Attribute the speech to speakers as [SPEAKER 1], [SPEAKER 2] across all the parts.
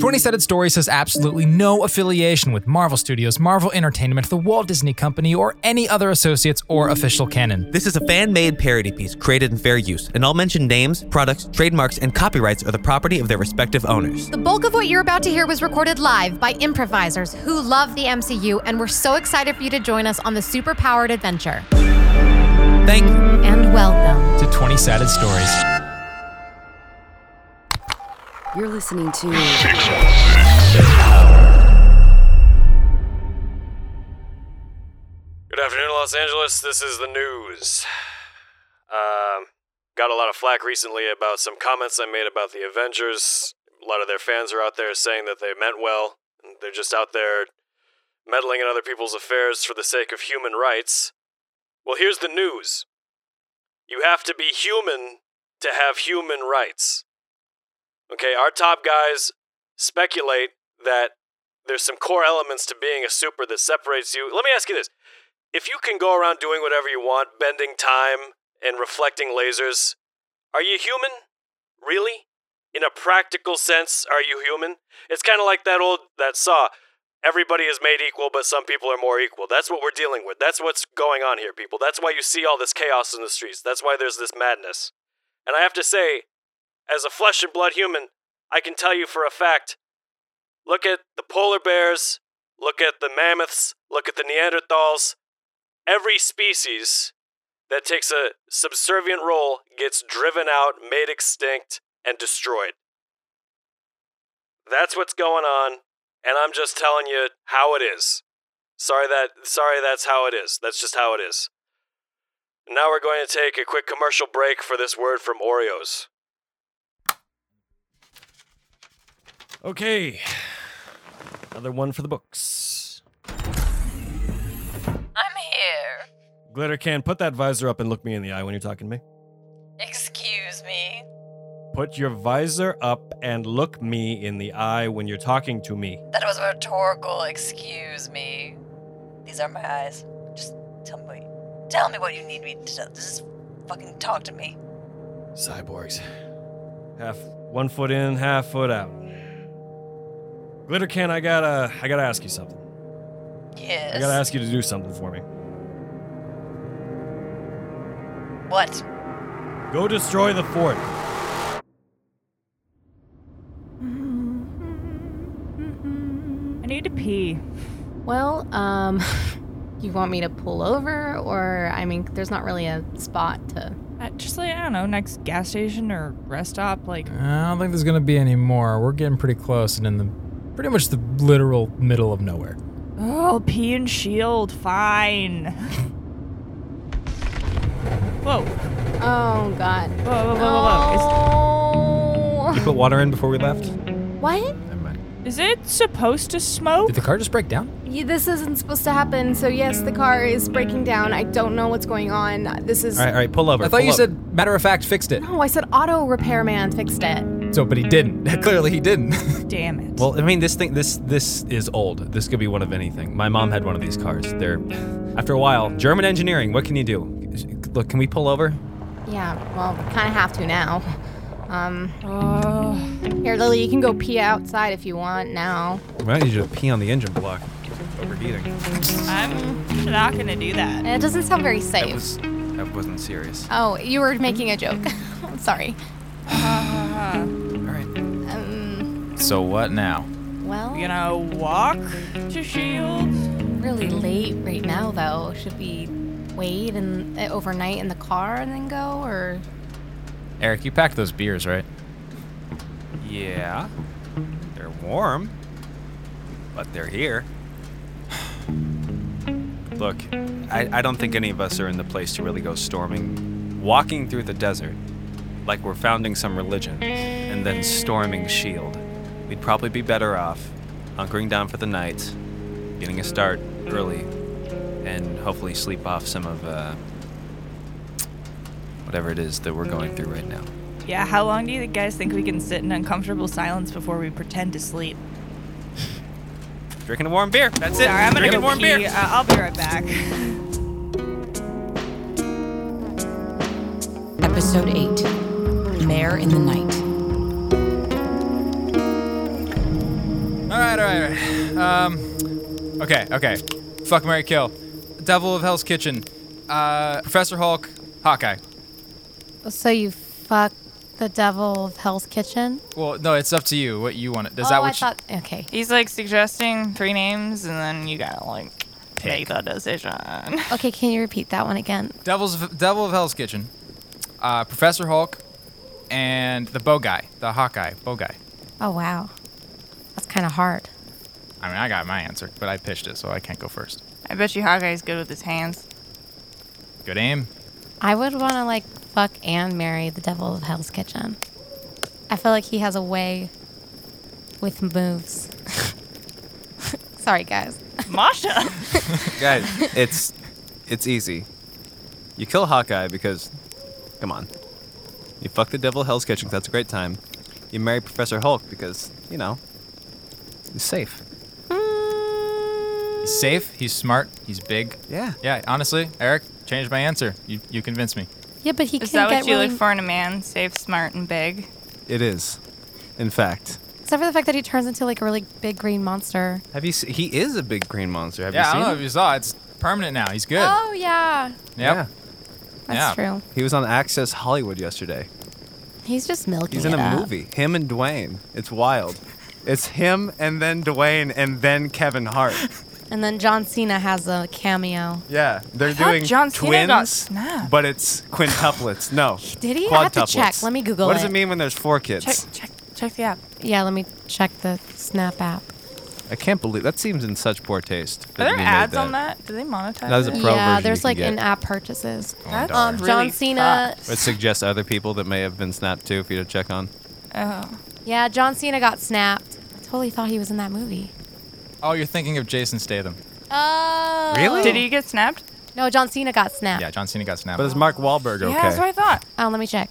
[SPEAKER 1] 20 Sided Stories has absolutely no affiliation with Marvel Studios, Marvel Entertainment, the Walt Disney Company, or any other associates or official canon.
[SPEAKER 2] This is a fan made parody piece created in fair use, and all mentioned names, products, trademarks, and copyrights are the property of their respective owners.
[SPEAKER 3] The bulk of what you're about to hear was recorded live by improvisers who love the MCU, and we're so excited for you to join us on the superpowered adventure.
[SPEAKER 2] Thank you.
[SPEAKER 3] And welcome.
[SPEAKER 1] To 20 Sided Stories.
[SPEAKER 4] You're listening to
[SPEAKER 5] Good afternoon, Los Angeles. This is the news. Um, got a lot of flack recently about some comments I made about the Avengers. A lot of their fans are out there saying that they meant well. and They're just out there meddling in other people's affairs for the sake of human rights. Well, here's the news you have to be human to have human rights. Okay, our top guys speculate that there's some core elements to being a super that separates you. Let me ask you this if you can go around doing whatever you want, bending time and reflecting lasers, are you human? Really? In a practical sense, are you human? It's kind of like that old that saw. Everybody is made equal, but some people are more equal. That's what we're dealing with. That's what's going on here, people. That's why you see all this chaos in the streets. That's why there's this madness. And I have to say, as a flesh and blood human, I can tell you for a fact look at the polar bears, look at the mammoths, look at the Neanderthals, every species that takes a subservient role gets driven out, made extinct, and destroyed. That's what's going on, and I'm just telling you how it is. Sorry that sorry that's how it is. That's just how it is. Now we're going to take a quick commercial break for this word from Oreos. Okay. Another one for the books.
[SPEAKER 6] I'm here.
[SPEAKER 5] Glitter can put that visor up and look me in the eye when you're talking to me.
[SPEAKER 6] Excuse me.
[SPEAKER 5] Put your visor up and look me in the eye when you're talking to me.
[SPEAKER 6] That was rhetorical. Excuse me. These are my eyes. Just tell me. What, tell me what you need me to. Just fucking talk to me.
[SPEAKER 5] Cyborgs. Half one foot in, half foot out. Glitter can, I gotta I gotta ask you something.
[SPEAKER 6] Yes.
[SPEAKER 5] I gotta ask you to do something for me.
[SPEAKER 6] What?
[SPEAKER 5] Go destroy the fort.
[SPEAKER 7] I need to pee.
[SPEAKER 8] Well, um, you want me to pull over, or I mean, there's not really a spot to.
[SPEAKER 7] Uh, just like, I don't know, next gas station or rest stop. Like,
[SPEAKER 1] I don't think there's going to be any more. We're getting pretty close and in the pretty much the literal middle of nowhere.
[SPEAKER 7] oh, I'll pee and shield. Fine. whoa. Whoa,
[SPEAKER 8] Oh God.
[SPEAKER 7] whoa, whoa, whoa, whoa.
[SPEAKER 8] Oh.
[SPEAKER 2] Put water in before we left?
[SPEAKER 8] What?
[SPEAKER 1] Never mind.
[SPEAKER 7] Is, is it supposed to smoke?
[SPEAKER 1] Did the car just break down?
[SPEAKER 8] You, this isn't supposed to happen. So yes, the car is breaking down. I don't know what's going on. This is.
[SPEAKER 2] All right, all right, pull over.
[SPEAKER 1] I thought
[SPEAKER 2] pull
[SPEAKER 1] you
[SPEAKER 2] over.
[SPEAKER 1] said matter of fact fixed it.
[SPEAKER 8] Oh, I said auto repairman fixed it.
[SPEAKER 1] So, but he didn't. Clearly, he didn't.
[SPEAKER 7] Damn it.
[SPEAKER 9] Well, I mean, this thing, this this is old. This could be one of anything. My mom had one of these cars. They're after a while, German engineering. What can you do? Look, can we pull over?
[SPEAKER 8] Yeah. Well, kind of have to now. Um.
[SPEAKER 7] Oh.
[SPEAKER 8] Here, Lily, you can go pee outside if you want now.
[SPEAKER 9] I might need you to pee on the engine block. Overheating.
[SPEAKER 7] I'm not gonna do that.
[SPEAKER 8] It doesn't sound very safe.
[SPEAKER 9] was that wasn't serious.
[SPEAKER 8] Oh, you were making a joke. I'm sorry.
[SPEAKER 7] Uh, Uh-huh.
[SPEAKER 9] All right.
[SPEAKER 8] Um.
[SPEAKER 9] So what now?
[SPEAKER 8] Well.
[SPEAKER 7] You gonna walk to shield?
[SPEAKER 8] really late right now though should we wait and uh, overnight in the car and then go or
[SPEAKER 9] Eric, you packed those beers, right? Yeah. They're warm, but they're here. Look, I, I don't think any of us are in the place to really go storming, walking through the desert like we're founding some religion, and then storming S.H.I.E.L.D. E We'd probably be better off hunkering down for the night, getting a start early, and hopefully sleep off some of uh, whatever it is that we're going through right now.
[SPEAKER 7] Yeah, how long do you guys think we can sit in uncomfortable silence before we pretend to sleep?
[SPEAKER 9] Drinking a warm beer. That's it.
[SPEAKER 7] Sorry, I'm gonna
[SPEAKER 9] Drinking
[SPEAKER 7] go
[SPEAKER 9] a warm
[SPEAKER 7] pee.
[SPEAKER 9] beer.
[SPEAKER 7] Uh, I'll be right back.
[SPEAKER 4] Episode 8 Mare in the Night.
[SPEAKER 1] right, all right, all right. Um, okay, okay. Fuck Mary Kill. Devil of Hell's Kitchen. Uh, Professor Hulk. Hawkeye.
[SPEAKER 10] So you fuck the devil of Hell's Kitchen?
[SPEAKER 1] Well, no, it's up to you what you want. Is
[SPEAKER 10] oh,
[SPEAKER 1] that
[SPEAKER 10] I
[SPEAKER 1] what you.
[SPEAKER 10] thought. Okay.
[SPEAKER 7] Uh, He's like suggesting three names, and then you gotta like make the decision.
[SPEAKER 10] Okay, can you repeat that one again?
[SPEAKER 1] Devil's of, Devil of Hell's Kitchen. Uh, Professor Hulk. And the bow guy. The Hawkeye. Bow guy.
[SPEAKER 10] Oh, wow. That's kind of hard.
[SPEAKER 1] I mean, I got my answer, but I pitched it, so I can't go first.
[SPEAKER 7] I bet you Hawkeye's good with his hands.
[SPEAKER 1] Good aim.
[SPEAKER 10] I would want to, like, fuck and marry the devil of Hell's Kitchen. I feel like he has a way with moves. Sorry, guys.
[SPEAKER 7] Masha.
[SPEAKER 9] Guys, it's it's easy. You kill Hawkeye because, come on, you fuck the devil Hell's Kitchen. 'cause That's a great time. You marry Professor Hulk because you know he's safe.
[SPEAKER 1] He's safe. He's smart. He's big.
[SPEAKER 9] Yeah.
[SPEAKER 1] Yeah, honestly, Eric, changed my answer. You, you convinced me.
[SPEAKER 10] Yeah, but he
[SPEAKER 7] Is
[SPEAKER 10] can
[SPEAKER 7] that
[SPEAKER 10] get
[SPEAKER 7] what you
[SPEAKER 10] really...
[SPEAKER 7] look for in a man? Safe, smart, and big.
[SPEAKER 9] It is, in fact.
[SPEAKER 10] Except for the fact that he turns into, like, a really big green monster.
[SPEAKER 9] Have you? Se- he is a big green monster. Have
[SPEAKER 1] yeah, I don't
[SPEAKER 9] you
[SPEAKER 1] know
[SPEAKER 9] seen?
[SPEAKER 1] if
[SPEAKER 9] him?
[SPEAKER 1] you saw. It's permanent now. He's good.
[SPEAKER 10] Oh, yeah.
[SPEAKER 1] Yep.
[SPEAKER 9] Yeah.
[SPEAKER 10] That's
[SPEAKER 1] Yeah.
[SPEAKER 10] true.
[SPEAKER 9] He was on Access Hollywood yesterday.
[SPEAKER 10] He's just milking
[SPEAKER 9] He's in
[SPEAKER 10] it
[SPEAKER 9] a
[SPEAKER 10] up.
[SPEAKER 9] movie. Him and Dwayne. It's wild. It's him and then Dwayne and then Kevin Hart.
[SPEAKER 10] And then John Cena has a cameo.
[SPEAKER 9] Yeah, they're
[SPEAKER 7] thought
[SPEAKER 9] doing
[SPEAKER 7] John Cena
[SPEAKER 9] twins,
[SPEAKER 7] got snapped.
[SPEAKER 9] but it's quintuplets. No,
[SPEAKER 10] Did he? I have to check.
[SPEAKER 9] quadtuplets.
[SPEAKER 10] Let me Google
[SPEAKER 9] What does
[SPEAKER 10] it.
[SPEAKER 9] it mean when there's four kids?
[SPEAKER 7] Check, check, check the app.
[SPEAKER 10] Yeah, let me check the Snap app.
[SPEAKER 9] I can't believe that seems in such poor taste.
[SPEAKER 7] Are there
[SPEAKER 9] we made
[SPEAKER 7] ads on that? Do they monetize?
[SPEAKER 9] That is a
[SPEAKER 7] it?
[SPEAKER 9] pro version
[SPEAKER 10] yeah,
[SPEAKER 9] you
[SPEAKER 10] there's
[SPEAKER 9] can
[SPEAKER 10] like
[SPEAKER 9] get.
[SPEAKER 10] in-app purchases.
[SPEAKER 7] That's
[SPEAKER 9] Um,
[SPEAKER 7] really
[SPEAKER 10] John Cena.
[SPEAKER 9] It suggests other people that may have been snapped too for you to check on.
[SPEAKER 7] fucked. Oh,
[SPEAKER 10] Yeah, John Cena got snapped. I totally thought he was in that movie.
[SPEAKER 1] Oh, you're thinking of Jason Statham.
[SPEAKER 10] Oh.
[SPEAKER 9] Really?
[SPEAKER 7] did he get snapped?
[SPEAKER 10] No, John Cena got snapped.
[SPEAKER 1] Yeah, John Cena got snapped.
[SPEAKER 9] But is Mark Wahlberg okay?
[SPEAKER 7] Yeah, that's what I thought.
[SPEAKER 10] Oh, let me check.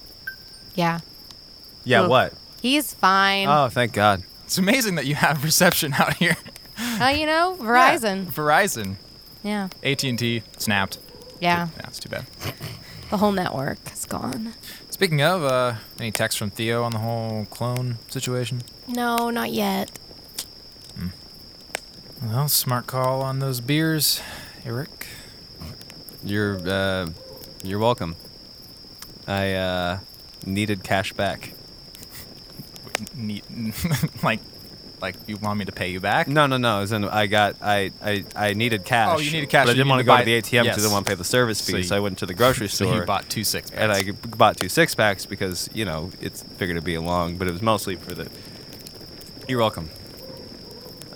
[SPEAKER 10] Yeah,
[SPEAKER 9] Yeah, what?
[SPEAKER 10] he's fine.
[SPEAKER 9] Oh, thank God.
[SPEAKER 1] it's amazing that you have reception out here.
[SPEAKER 10] Oh, you know, Verizon.
[SPEAKER 1] Verizon,
[SPEAKER 10] Yeah.
[SPEAKER 1] AT&T, snapped.
[SPEAKER 10] yeah,
[SPEAKER 1] That's too bad.
[SPEAKER 10] The whole network is gone.
[SPEAKER 1] Speaking of, uh, any text from Theo on the whole clone situation?
[SPEAKER 10] No, not yet.
[SPEAKER 1] Well, smart call on those beers, Eric.
[SPEAKER 9] You're uh, you're welcome. I uh, needed cash back.
[SPEAKER 1] Neat. like, like you want me to pay you back?
[SPEAKER 9] No, no, no. As in, I got I I, I needed cash.
[SPEAKER 1] Oh, you needed cash,
[SPEAKER 9] But I
[SPEAKER 1] you
[SPEAKER 9] didn't
[SPEAKER 1] needed
[SPEAKER 9] want
[SPEAKER 1] to
[SPEAKER 9] to go
[SPEAKER 1] buy
[SPEAKER 9] to the
[SPEAKER 1] it.
[SPEAKER 9] ATM because
[SPEAKER 1] Yes.
[SPEAKER 9] I didn't want to pay the service
[SPEAKER 1] So
[SPEAKER 9] fee. So,
[SPEAKER 1] you-
[SPEAKER 9] I went to the grocery
[SPEAKER 1] So
[SPEAKER 9] store
[SPEAKER 1] you bought two six packs.
[SPEAKER 9] and I bought two six packs because you know it's figured to be long, but it was mostly for the. You're welcome.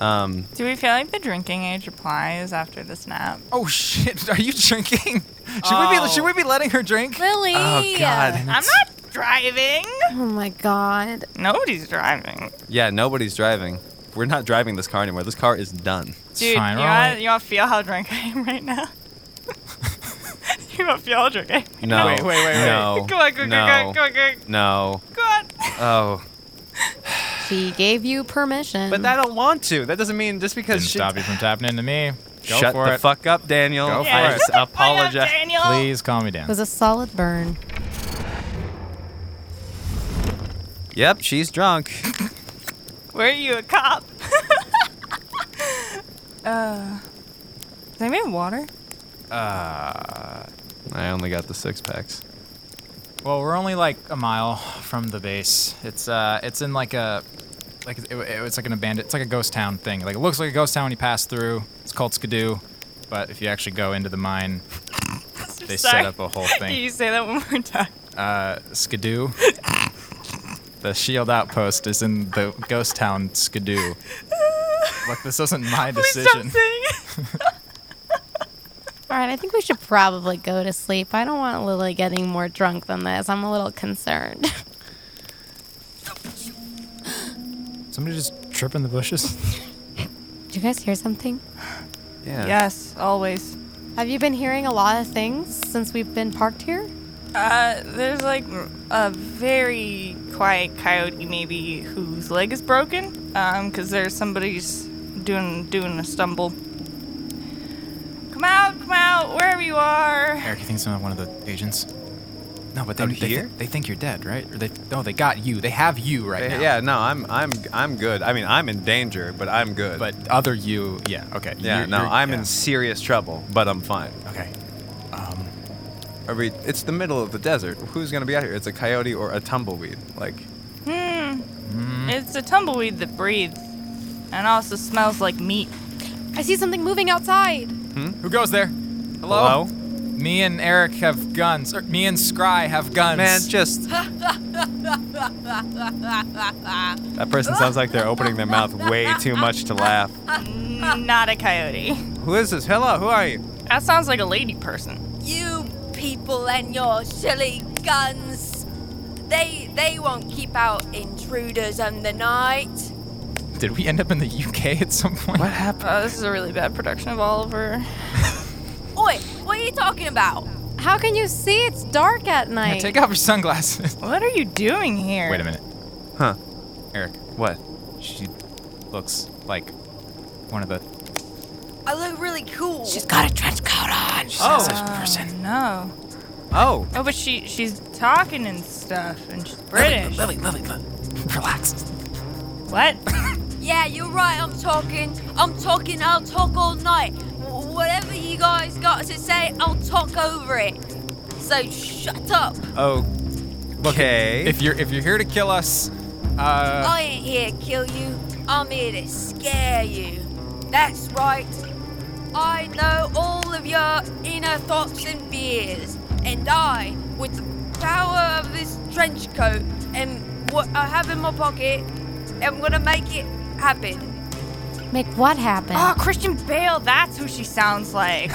[SPEAKER 9] Um,
[SPEAKER 7] Do we feel like the drinking age applies after the snap?
[SPEAKER 1] Oh shit! Are you drinking? Should we be
[SPEAKER 7] Oh.
[SPEAKER 1] should we be letting her drink?
[SPEAKER 10] Lily.
[SPEAKER 9] oh God.
[SPEAKER 7] I'm not driving.
[SPEAKER 10] Oh my God.
[SPEAKER 7] Nobody's driving.
[SPEAKER 9] Yeah, nobody's driving. We're not driving this car anymore. This car is done.
[SPEAKER 1] It's
[SPEAKER 7] Dude,
[SPEAKER 1] fine,
[SPEAKER 7] you
[SPEAKER 1] we're
[SPEAKER 7] all
[SPEAKER 1] only-
[SPEAKER 7] you all feel how drunk I am right now. you all feel how drunk I am.
[SPEAKER 9] No.
[SPEAKER 1] Wait, wait, wait, wait.
[SPEAKER 9] No.
[SPEAKER 7] Come on, go, go,
[SPEAKER 9] no.
[SPEAKER 7] go, go, go,
[SPEAKER 9] No.
[SPEAKER 7] go on.
[SPEAKER 9] Oh.
[SPEAKER 10] She gave you permission.
[SPEAKER 9] But I don't want to. That doesn't mean just because
[SPEAKER 1] Didn't
[SPEAKER 9] she.
[SPEAKER 1] stop you from tapping into me. Go
[SPEAKER 9] Shut
[SPEAKER 1] for
[SPEAKER 9] the
[SPEAKER 1] it.
[SPEAKER 9] fuck up, Daniel.
[SPEAKER 1] Go
[SPEAKER 7] Yeah,
[SPEAKER 1] for
[SPEAKER 9] I
[SPEAKER 1] it.
[SPEAKER 7] shut
[SPEAKER 9] just
[SPEAKER 7] the fuck up,
[SPEAKER 9] apologize.
[SPEAKER 7] Daniel.
[SPEAKER 1] Please calm me down.
[SPEAKER 10] It was a solid burn.
[SPEAKER 9] Yep, she's drunk.
[SPEAKER 7] Were you a cop? uh, does anybody have water?
[SPEAKER 9] Uh, I only got the six packs.
[SPEAKER 1] Well, we're only like a mile from the base. It's uh, it's in like a, like it, it- it's like an abandoned, it's like a ghost town thing. Like it looks like a ghost town when you pass through. It's called Skidoo, but if you actually go into the mine, they set
[SPEAKER 7] Sorry.
[SPEAKER 1] up a whole
[SPEAKER 7] Can
[SPEAKER 1] thing.
[SPEAKER 7] you say that one more time?
[SPEAKER 1] Uh, Skidoo. The shield outpost is in the ghost town Skidoo. Look, this isn't my
[SPEAKER 7] Please stop
[SPEAKER 1] decision.
[SPEAKER 7] saying it.
[SPEAKER 10] All right, I think we should probably go to sleep. I don't want Lily getting more drunk than this. I'm a little concerned.
[SPEAKER 1] Somebody just trip in the bushes.
[SPEAKER 10] Did you guys hear something?
[SPEAKER 9] Yeah.
[SPEAKER 7] Yes, always.
[SPEAKER 10] Have you been hearing a lot of things since we've been parked here?
[SPEAKER 7] Uh, there's like a very quiet coyote, maybe whose leg is broken, um, because there's somebody's doing doing a stumble. Come out, come out, wherever you are.
[SPEAKER 1] Eric, you think it's not one of the agents? No, but they,
[SPEAKER 9] Out
[SPEAKER 1] they, thi-
[SPEAKER 9] here?
[SPEAKER 1] they think you're dead, right? Or they no, they got you. They have you right now.
[SPEAKER 9] Yeah, no, I'm I'm I'm good. I mean, I'm in danger, but I'm good.
[SPEAKER 1] But other you, yeah, okay.
[SPEAKER 9] yeah,
[SPEAKER 1] You're-
[SPEAKER 9] no,
[SPEAKER 1] you're-
[SPEAKER 9] I'm
[SPEAKER 1] yeah.
[SPEAKER 9] in serious trouble, but I'm fine.
[SPEAKER 1] Okay. um,
[SPEAKER 9] I mean, it's the middle of the desert. Who's gonna be out here? It's a coyote or a tumbleweed. Like,
[SPEAKER 7] Hmm.
[SPEAKER 1] Mm-hmm.
[SPEAKER 7] It's a tumbleweed that breathes and also smells like meat.
[SPEAKER 11] I see something moving outside.
[SPEAKER 1] Who goes there? hmm? Hello? Me and Eric have guns. Or me and Scry have guns.
[SPEAKER 9] man, just that person sounds like they're opening their mouth way too much to laugh.
[SPEAKER 7] Not a coyote.
[SPEAKER 9] Who is this? Hello, who are you?
[SPEAKER 7] That sounds like a lady person.
[SPEAKER 12] You people and your silly guns. They they won't keep out intruders in the night.
[SPEAKER 1] Did we end up in the UK at some point?
[SPEAKER 9] What happened?
[SPEAKER 7] Oh, this is a really bad production of Oliver.
[SPEAKER 12] Oi, what are you talking about?
[SPEAKER 10] How can you see? It's dark at
[SPEAKER 1] Yeah,
[SPEAKER 10] night.
[SPEAKER 1] Take off your sunglasses.
[SPEAKER 7] What are you doing here?
[SPEAKER 1] Wait a minute.
[SPEAKER 9] Huh?
[SPEAKER 1] Eric,
[SPEAKER 9] What?
[SPEAKER 1] she looks like one of the
[SPEAKER 12] I look really cool.
[SPEAKER 10] got a trench coat on.
[SPEAKER 1] oh. person.
[SPEAKER 7] No.
[SPEAKER 9] Oh,
[SPEAKER 7] Oh, but she she's talking and stuff, and she's British.
[SPEAKER 1] Relax.
[SPEAKER 7] What?
[SPEAKER 12] yeah, you're right. I'm talking. I'm talking. I'll talk all night. Wh- Whatever you guys got to say, I'll talk over it. So shut up.
[SPEAKER 9] okay.
[SPEAKER 1] Oh, If you're if you're here to kill us, uh,
[SPEAKER 12] I ain't here to kill you. I'm here to scare you. That's right. I know all of your inner thoughts and fears, and I, with the power of this trench coat and what I have in my pocket, am gonna make it happen.
[SPEAKER 10] Make what happen?
[SPEAKER 7] Oh, Christian Bale. That's who she sounds like.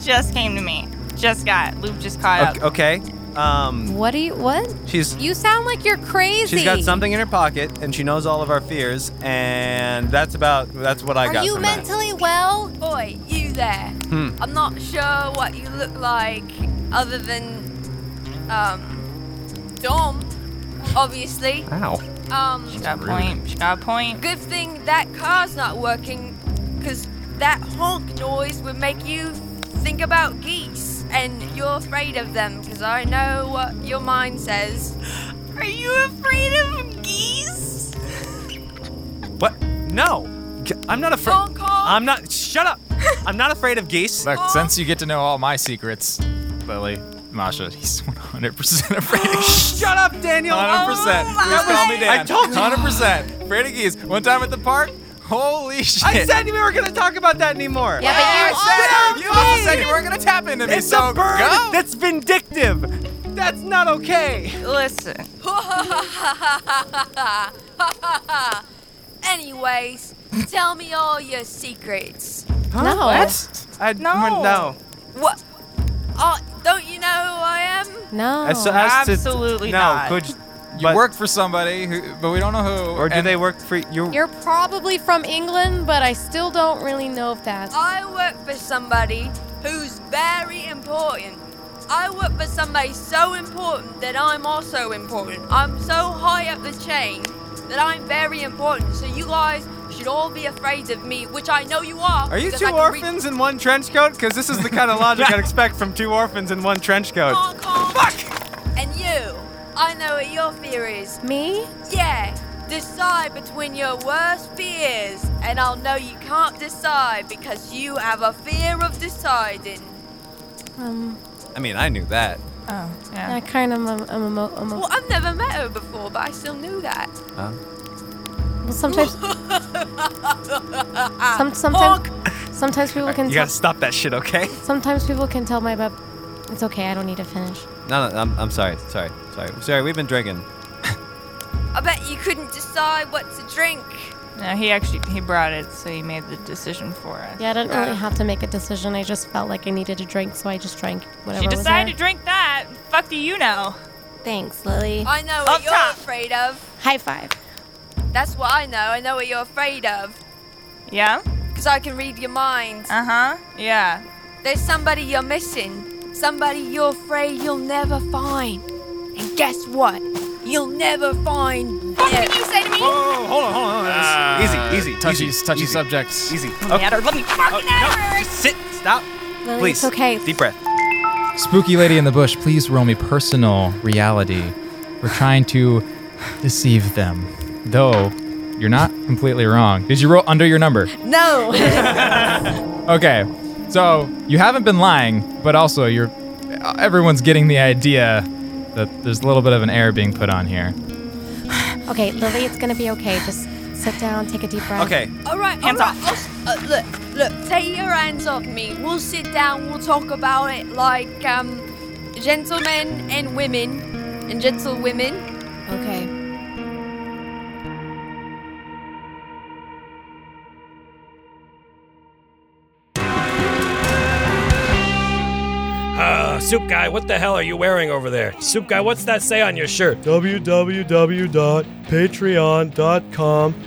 [SPEAKER 7] just came to me. Just got Luke. Just caught up.
[SPEAKER 9] okay, okay. Um,
[SPEAKER 10] What do you? What?
[SPEAKER 9] she's
[SPEAKER 10] You sound like you're crazy.
[SPEAKER 9] She's got something in her pocket, and she knows all of our fears, and that's about that's what I
[SPEAKER 10] Are
[SPEAKER 9] got.
[SPEAKER 10] you
[SPEAKER 9] from that. Hmm,
[SPEAKER 10] mentally well?
[SPEAKER 12] Oi, you there. I'm not sure what you look like other than, um, Dom, obviously.
[SPEAKER 9] Ow!
[SPEAKER 12] Um,
[SPEAKER 7] She Ah. got a point. She got a point.
[SPEAKER 12] Good thing that car's not working, because that honk noise would make you think about geese, and you're afraid of them, because I know what your mind says.
[SPEAKER 7] Are you afraid of geese?
[SPEAKER 9] What? No, G- I'm not afraid.
[SPEAKER 12] Honk, honk.
[SPEAKER 9] I'm not. Shut up! I'm not afraid of geese.
[SPEAKER 1] look, since you get to know all my secrets, Lily, Masha, he's 100% afraid of
[SPEAKER 9] Shut up, Daniel.
[SPEAKER 1] 100%. Just call me Dan.
[SPEAKER 9] Oh, I told you.
[SPEAKER 1] 100%. Afraid of geese. One time at the park, holy shit.
[SPEAKER 9] I said we were gonna talk about that anymore.
[SPEAKER 10] Yeah, but you're
[SPEAKER 1] I said,
[SPEAKER 9] also
[SPEAKER 1] you also said
[SPEAKER 9] did.
[SPEAKER 1] you weren't going to tap into me,
[SPEAKER 9] It's
[SPEAKER 1] so
[SPEAKER 9] a bird
[SPEAKER 1] go.
[SPEAKER 9] that's vindictive. That's not okay.
[SPEAKER 7] Listen.
[SPEAKER 12] Anyways, tell me all your secrets.
[SPEAKER 9] Huh?
[SPEAKER 10] No. What?
[SPEAKER 9] I
[SPEAKER 7] No.
[SPEAKER 9] no.
[SPEAKER 12] What? Oh, don't you know who I am?
[SPEAKER 10] No.
[SPEAKER 9] As- as to-
[SPEAKER 7] absolutely
[SPEAKER 9] no,
[SPEAKER 7] not.
[SPEAKER 9] Could,
[SPEAKER 1] You
[SPEAKER 9] but-
[SPEAKER 1] work for somebody, who, but we don't know who.
[SPEAKER 9] or do
[SPEAKER 1] and
[SPEAKER 9] they work for you?
[SPEAKER 10] you're probably from England, but I still don't really know if that's.
[SPEAKER 12] I work for somebody who's very important. I work for somebody so important that I'm also important. I'm so high up the chain that I'm very important. So you guys should all be afraid of me, which I know you are.
[SPEAKER 9] Are you
[SPEAKER 12] because
[SPEAKER 9] two
[SPEAKER 12] I can read-
[SPEAKER 9] orphans in one trench coat? Because this is the kind of logic I'd expect from two orphans in one trench coat.
[SPEAKER 12] Honk, honk. And you, I know what your fear is.
[SPEAKER 10] Me?
[SPEAKER 12] Yeah, decide between your worst fears, and I'll know you can't decide because you have a fear of deciding.
[SPEAKER 10] Um,
[SPEAKER 9] I mean, I knew that.
[SPEAKER 7] Oh, yeah.
[SPEAKER 10] I kind of. I'm, I'm, emo- I'm,
[SPEAKER 12] Well, I've never met her before, but I still knew that.
[SPEAKER 10] well, sometimes. some, sometimes. Sometimes people can.
[SPEAKER 9] You
[SPEAKER 10] Tell,
[SPEAKER 9] gotta stop that shit, okay?
[SPEAKER 10] sometimes people can tell my bub. It's okay. I don't need to finish.
[SPEAKER 9] No, no, I'm, I'm sorry, sorry, sorry, sorry. We've been drinking.
[SPEAKER 12] I bet you couldn't decide what to drink.
[SPEAKER 7] No, he actually he brought it, so he made the decision for us.
[SPEAKER 10] Yeah, I didn't really have to make a decision. I just felt like I needed a drink, so I just drank whatever.
[SPEAKER 7] She
[SPEAKER 10] was
[SPEAKER 7] decided to
[SPEAKER 10] there.
[SPEAKER 7] drink that. Fuck do you know?
[SPEAKER 10] Thanks, Lily.
[SPEAKER 12] I know what
[SPEAKER 7] Up
[SPEAKER 12] you're
[SPEAKER 7] top.
[SPEAKER 12] afraid of.
[SPEAKER 10] High five.
[SPEAKER 12] That's what I know. I know what you're afraid of.
[SPEAKER 7] Yeah.
[SPEAKER 12] Because I can read your mind.
[SPEAKER 7] Uh huh. Yeah.
[SPEAKER 12] There's somebody you're missing. Somebody you're afraid you'll never find. And guess what? You'll never find
[SPEAKER 7] What
[SPEAKER 12] them.
[SPEAKER 7] did you say to me?
[SPEAKER 9] Oh, hold on, hold on.
[SPEAKER 1] Ah,
[SPEAKER 9] easy, easy,
[SPEAKER 1] touchy,
[SPEAKER 9] easy,
[SPEAKER 1] touchy
[SPEAKER 9] easy,
[SPEAKER 1] subjects.
[SPEAKER 9] Easy.
[SPEAKER 7] Let me fucking
[SPEAKER 9] no, just Oh, sit, stop,
[SPEAKER 10] Lily,
[SPEAKER 9] please.
[SPEAKER 10] it's okay.
[SPEAKER 9] Deep breath.
[SPEAKER 1] Spooky lady in the bush, please roll me personal reality. We're trying to deceive them. Though, you're not completely wrong. Did you roll under your number?
[SPEAKER 10] No.
[SPEAKER 1] Okay, so you haven't been lying, but also you're. Everyone's getting the idea that there's a little bit of an air being put on here.
[SPEAKER 10] okay, Lily, it's gonna be okay. Just sit down, take a deep breath.
[SPEAKER 9] Okay.
[SPEAKER 12] All right,
[SPEAKER 7] Hands
[SPEAKER 12] all right. I'll s- uh, look, look, take your hands off me. We'll sit down. We'll talk about it like um, gentlemen and women and gentlewomen.
[SPEAKER 10] Okay.
[SPEAKER 13] Uh, Soup Guy, what the hell are you wearing over there? Soup Guy, what's that say on your shirt?
[SPEAKER 14] www.patreon.com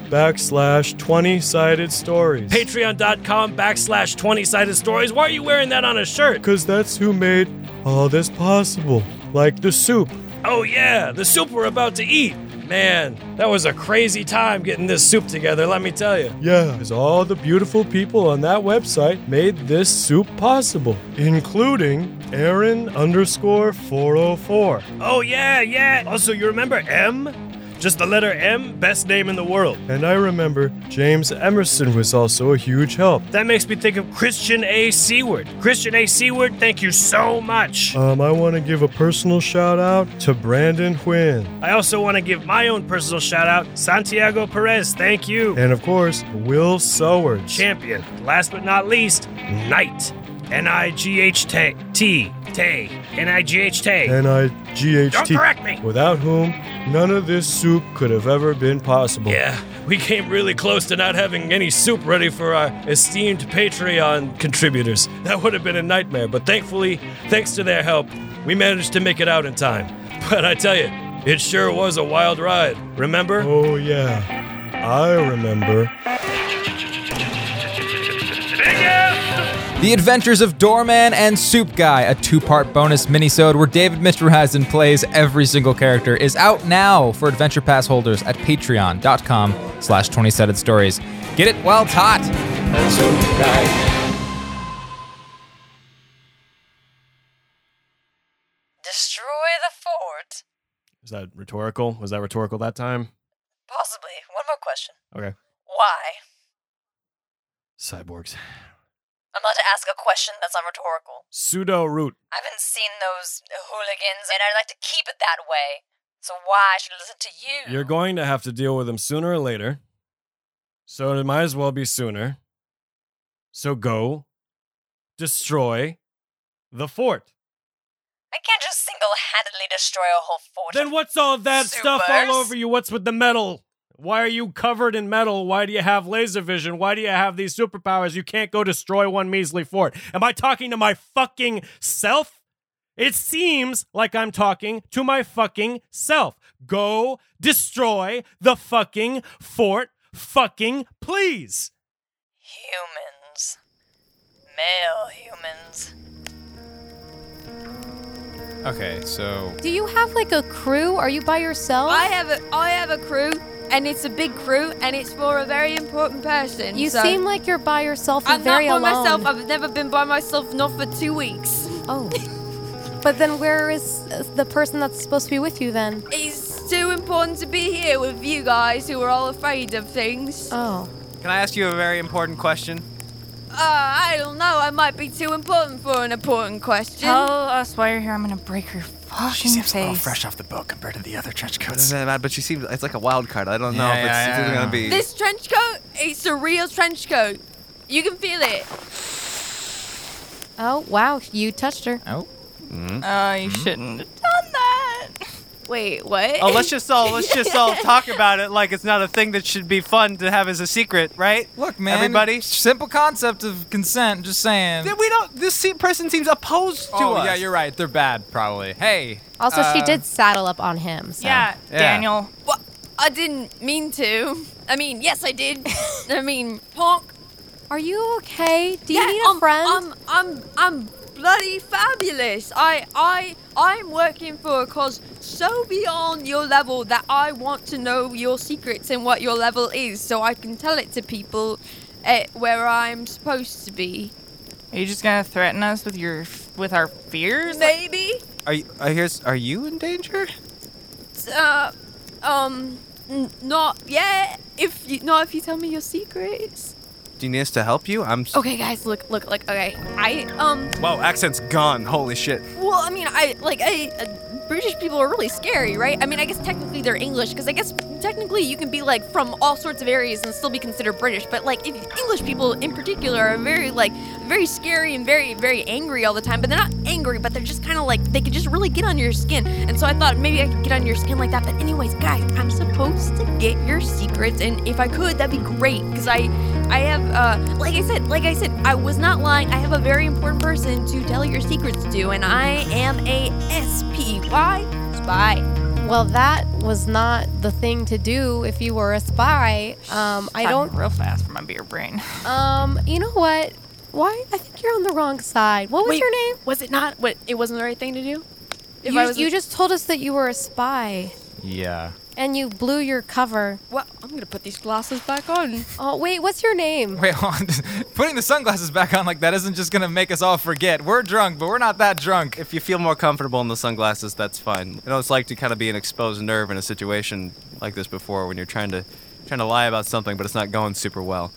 [SPEAKER 14] backslash 20 sided stories.
[SPEAKER 13] Patreon.com backslash 20 sided stories. Why are you wearing that on a shirt?
[SPEAKER 14] Because that's who made all this possible. Like the soup.
[SPEAKER 13] Oh, yeah, the soup we're about to eat. Man, that was a crazy time getting this soup together, let me tell you.
[SPEAKER 14] Yeah, because all the beautiful people on that website made this soup possible, including Aaron underscore 404.
[SPEAKER 13] Oh, yeah, yeah. Also, you remember M? Just the letter M, best name in the world.
[SPEAKER 14] And I remember James Emerson was also a huge help.
[SPEAKER 13] That makes me think of Christian A. Seward. Christian A. Seward, thank you so much.
[SPEAKER 14] Um, I want to give a personal shout out to Brandon Huyn.
[SPEAKER 13] I also want to give my own personal shout out, Santiago Perez. Thank you.
[SPEAKER 14] And of course, Will Sowers.
[SPEAKER 13] champion. Last but not least, Knight. N I G H T T Tay. N I G H Tay.
[SPEAKER 14] N I G H
[SPEAKER 13] Don't
[SPEAKER 14] T.
[SPEAKER 13] correct me.
[SPEAKER 14] Without whom, none of this soup could have ever been possible.
[SPEAKER 13] Yeah, we came really close to not having any soup ready for our esteemed Patreon contributors. That would have been a nightmare, but thankfully, thanks to their help, we managed to make it out in time. But I tell you, it sure was a wild ride. Remember?
[SPEAKER 14] Oh, yeah. I remember.
[SPEAKER 1] The Adventures of Doorman and Soup Guy, a two-part bonus minisode where David Mitchell plays every single character, is out now for Adventure Pass holders at patreon.com slash 20-sided stories. Get it while it's hot!
[SPEAKER 6] Destroy the fort.
[SPEAKER 5] Is that rhetorical? Was that rhetorical that time?
[SPEAKER 6] Possibly. One more question.
[SPEAKER 5] Okay.
[SPEAKER 6] Why?
[SPEAKER 5] Cyborgs.
[SPEAKER 6] I'm about to ask a question that's unrhetorical.
[SPEAKER 5] Pseudo root.
[SPEAKER 6] I haven't seen those hooligans, and I'd like to keep it that way. So why I should listen to you?
[SPEAKER 5] You're going to have to deal with them sooner or later. So it might as well be sooner. So go destroy the fort.
[SPEAKER 6] I can't just single-handedly destroy a whole fort.
[SPEAKER 5] Then what's all that stuff all
[SPEAKER 6] Supers.
[SPEAKER 5] over you? What's with the metal? Why are you covered in metal? Why do you have laser vision? Why do you have these superpowers? You can't go destroy one measly fort. Am I talking to my fucking self? It seems like I'm talking to my fucking self. Go destroy the fucking fort, fucking please.
[SPEAKER 6] Humans. Male humans.
[SPEAKER 1] Okay, so...
[SPEAKER 10] Do you have like a crew? Are you by yourself?
[SPEAKER 12] I have a I have a crew, and it's a big crew, and it's for a very important person.
[SPEAKER 10] You
[SPEAKER 12] so-
[SPEAKER 10] seem like you're by yourself and
[SPEAKER 12] I'm not
[SPEAKER 10] very
[SPEAKER 12] by
[SPEAKER 10] alone.
[SPEAKER 12] myself. I've never been by myself, not for two weeks.
[SPEAKER 10] oh. but then where is uh, the person that's supposed to be with you then?
[SPEAKER 12] It's too important to be here with you guys who are all afraid of things. Uh,
[SPEAKER 10] Oh.
[SPEAKER 9] Can I ask you a very important question?
[SPEAKER 12] I don't know. I might be too important for an important question.
[SPEAKER 7] Tell us why you're here. I'm gonna break your fucking face.
[SPEAKER 1] off the boat compared to the other trench coats.
[SPEAKER 9] Doesn't matter, but she seems it's like a wild card. I don't know
[SPEAKER 1] Yeah,
[SPEAKER 9] if it's
[SPEAKER 1] yeah, yeah,
[SPEAKER 9] gonna
[SPEAKER 1] yeah.
[SPEAKER 9] be.
[SPEAKER 12] This trench coat, it's a real trench coat. You can feel it.
[SPEAKER 10] Oh, wow. You touched her.
[SPEAKER 1] Oh.
[SPEAKER 6] Mm-hmm.
[SPEAKER 7] Oh, you shouldn't have done that.
[SPEAKER 12] Wait, what?
[SPEAKER 6] Oh, let's just all let's just all talk about it like it's not a thing that should be fun to have as a secret, right?
[SPEAKER 1] Look, man.
[SPEAKER 6] Everybody?
[SPEAKER 1] Simple concept of consent, just saying.
[SPEAKER 6] Then We don't. This se- person seems opposed to
[SPEAKER 1] oh,
[SPEAKER 6] us.
[SPEAKER 1] yeah, you're right. They're bad, probably. Hey.
[SPEAKER 10] Also, she
[SPEAKER 1] uh,
[SPEAKER 10] did saddle up on him. So.
[SPEAKER 7] Yeah,
[SPEAKER 1] Yeah.
[SPEAKER 7] Daniel.
[SPEAKER 12] Well, I didn't mean to. I mean, yes, I did. I mean, honk.
[SPEAKER 10] Are you okay? Do you
[SPEAKER 12] yeah,
[SPEAKER 10] need a
[SPEAKER 12] I'm,
[SPEAKER 10] friend?
[SPEAKER 12] I'm, I'm, I'm bloody fabulous. I, I, I'm working for a cause so beyond your level that I want to know your secrets and what your level is, so I can tell it to people uh, where I'm supposed to be.
[SPEAKER 7] Are you just gonna threaten us with your f- with our fears?
[SPEAKER 12] Maybe.
[SPEAKER 9] Are you? Are, here's, are you in danger?
[SPEAKER 12] Uh, um, n- not yet. If you, not if you tell me your secrets.
[SPEAKER 9] Do you need us to help you? I'm. s-
[SPEAKER 12] Okay, guys, look, look, look. Okay, I um.
[SPEAKER 9] Wow, accent's gone. Holy shit.
[SPEAKER 12] Well, I mean, I like I uh, British people are really scary, right? I mean, I guess technically they're English because I guess technically you can be like from all sorts of areas and still be considered British. But like if English people in particular are very like very scary and very very angry all the time. But they're not angry, but they're just kind of like they could just really get on your skin. And so I thought maybe I could get on your skin like that. But anyways, guys, I'm supposed to get your secrets, and if I could, that'd be great because I I have uh like I said like I said I was not lying. I have a very important person to tell your secrets to, and I am a spy spy.
[SPEAKER 8] Well, that was not the thing to do if you were a spy. Um, I don't.
[SPEAKER 7] real fast for my beer brain.
[SPEAKER 8] Um, you know what? Why? I think you're on the wrong side. What was
[SPEAKER 12] Wait,
[SPEAKER 8] your name?
[SPEAKER 12] Was it not? What? It wasn't the right thing to do. If
[SPEAKER 8] you,
[SPEAKER 12] I was
[SPEAKER 8] you
[SPEAKER 12] a-
[SPEAKER 8] just told us that you were a spy
[SPEAKER 1] Yeah.
[SPEAKER 8] and you blew your cover.
[SPEAKER 12] Well, I'm gonna put these glasses back on.
[SPEAKER 8] Oh wait, what's your name?
[SPEAKER 1] Wait, hold on. Putting the sunglasses back on like that isn't just gonna make us all forget. We're drunk, but we're not that drunk.
[SPEAKER 9] If you feel more comfortable in the sunglasses, that's fine. You know, it's like to kind of be an exposed nerve in a situation like this before when you're trying to trying to lie about something, but it's not going super well.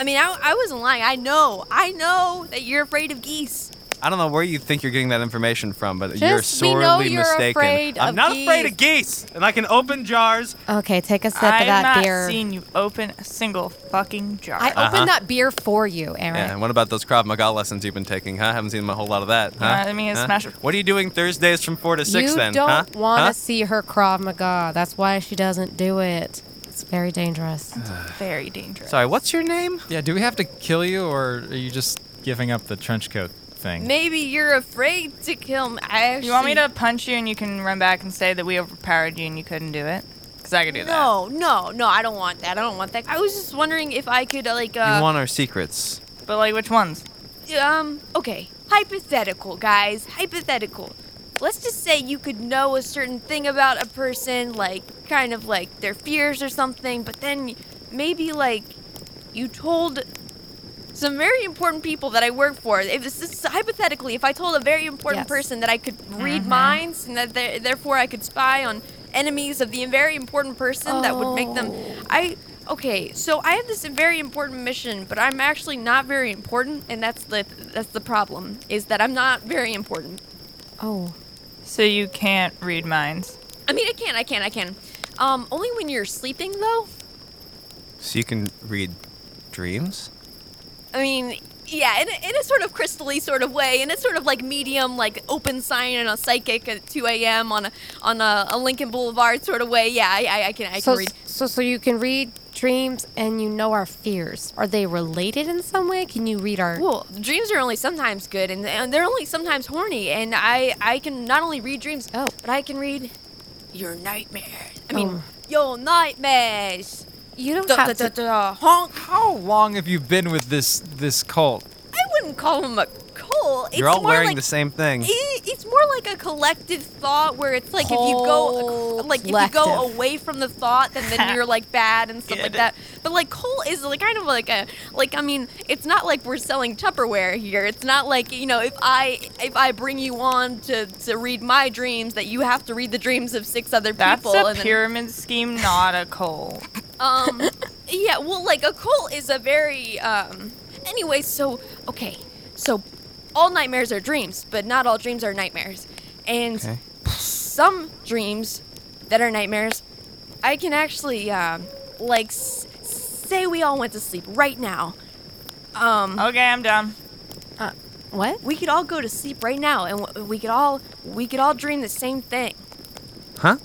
[SPEAKER 12] I mean, I, I wasn't lying. I know. I know that you're afraid of geese.
[SPEAKER 9] I don't know where you think you're getting that information from, but
[SPEAKER 12] Just
[SPEAKER 9] you're
[SPEAKER 12] we
[SPEAKER 9] sorely
[SPEAKER 12] know you're
[SPEAKER 9] mistaken.
[SPEAKER 12] afraid
[SPEAKER 9] I'm
[SPEAKER 12] of
[SPEAKER 9] not afraid of geese, and I can open jars.
[SPEAKER 8] Okay, take a sip
[SPEAKER 7] I've
[SPEAKER 8] of that
[SPEAKER 7] not
[SPEAKER 8] beer.
[SPEAKER 7] seen you open a single fucking jar.
[SPEAKER 8] I
[SPEAKER 9] Uh-huh.
[SPEAKER 8] opened that beer for you, Aaron.
[SPEAKER 9] Yeah, and what about those Krav Maga lessons you've been taking, huh? Haven't seen a whole lot of that, huh?
[SPEAKER 7] Uh, I mean, it's
[SPEAKER 9] Huh?
[SPEAKER 7] smash-
[SPEAKER 9] What are you doing Thursdays from 4 to 6
[SPEAKER 8] you
[SPEAKER 9] then,
[SPEAKER 8] don't
[SPEAKER 9] huh?
[SPEAKER 8] want to
[SPEAKER 9] Huh?
[SPEAKER 8] see her Krav Maga. That's why she doesn't do it. It's very dangerous.
[SPEAKER 7] very dangerous.
[SPEAKER 9] Sorry, what's your name?
[SPEAKER 1] Yeah, do we have to kill you, or are you just giving up the trench coat thing?
[SPEAKER 12] Maybe you're afraid to kill me. I actually.
[SPEAKER 7] You want me to punch you and you can run back and say that we overpowered you and you couldn't do it? Because I could do that.
[SPEAKER 12] No, no, no. I don't want that. I don't want that. I was just wondering if I could uh, like. Uh,
[SPEAKER 9] you want our secrets.
[SPEAKER 7] But like, which ones?
[SPEAKER 12] Um, okay. Hypothetical, guys. Hypothetical. Let's just say you could know a certain thing about a person, like kind of like their fears or something, but then maybe like you told some very important people that I work for. If this is hypothetically, if I told a very important
[SPEAKER 8] Yes.
[SPEAKER 12] person that I could read minds and that there- therefore I could spy on enemies of the very important person that would make them I okay, so I have this very important mission, but I'm actually not very important, and that's the that's the problem is that I'm not very important.
[SPEAKER 8] Oh.
[SPEAKER 7] So you can't read minds.
[SPEAKER 12] I mean, I can, I can, I can. Um, only when you're sleeping though.
[SPEAKER 9] So you can read dreams?
[SPEAKER 12] I mean, yeah, in a, in a sort of crystally sort of way, in a sort of like medium, like open sign and a psychic at 2 a.m. on a on a, a Lincoln Boulevard sort of way. Yeah, I, I, I can I can
[SPEAKER 8] so,
[SPEAKER 12] read.
[SPEAKER 8] so so you can read dreams and you know our fears. Are they related in some way? Can you read our
[SPEAKER 12] Well, dreams are only sometimes good, and, and they're only sometimes horny. And I I can not only read dreams, oh. but I can read your nightmares. I mean,
[SPEAKER 1] Oh.
[SPEAKER 12] your nightmares.
[SPEAKER 8] You don't
[SPEAKER 1] have to-
[SPEAKER 12] honk.
[SPEAKER 1] How long have you been with this this cult?
[SPEAKER 12] I wouldn't call them a cult.
[SPEAKER 1] You're
[SPEAKER 12] It's
[SPEAKER 1] all
[SPEAKER 12] more
[SPEAKER 1] wearing
[SPEAKER 12] like-
[SPEAKER 1] the same thing.
[SPEAKER 12] i- E, it's more like a collective thought where it's like if you go like if you go
[SPEAKER 8] Collective.
[SPEAKER 12] away from the thought, then then you're like bad and stuff like that. But like cult is like kind of like a like I mean, it's not like we're selling Tupperware here. It's not like you know if I if I bring you on to to read my dreams that you have to read the dreams of six other
[SPEAKER 7] That's
[SPEAKER 12] people.
[SPEAKER 7] a
[SPEAKER 12] and then-
[SPEAKER 7] pyramid scheme, not a cult.
[SPEAKER 12] um, yeah, well, like a cult is a very um. Anyway, so okay, so all nightmares are dreams, but not all dreams are nightmares, and
[SPEAKER 9] Okay.
[SPEAKER 12] some dreams that are nightmares, I can actually um, like s- say we all went to sleep right now. Um.
[SPEAKER 7] Okay, I'm done.
[SPEAKER 8] Uh, what?
[SPEAKER 12] We could all go to sleep right now, and w- we could all we could all dream the same thing.
[SPEAKER 9] Huh?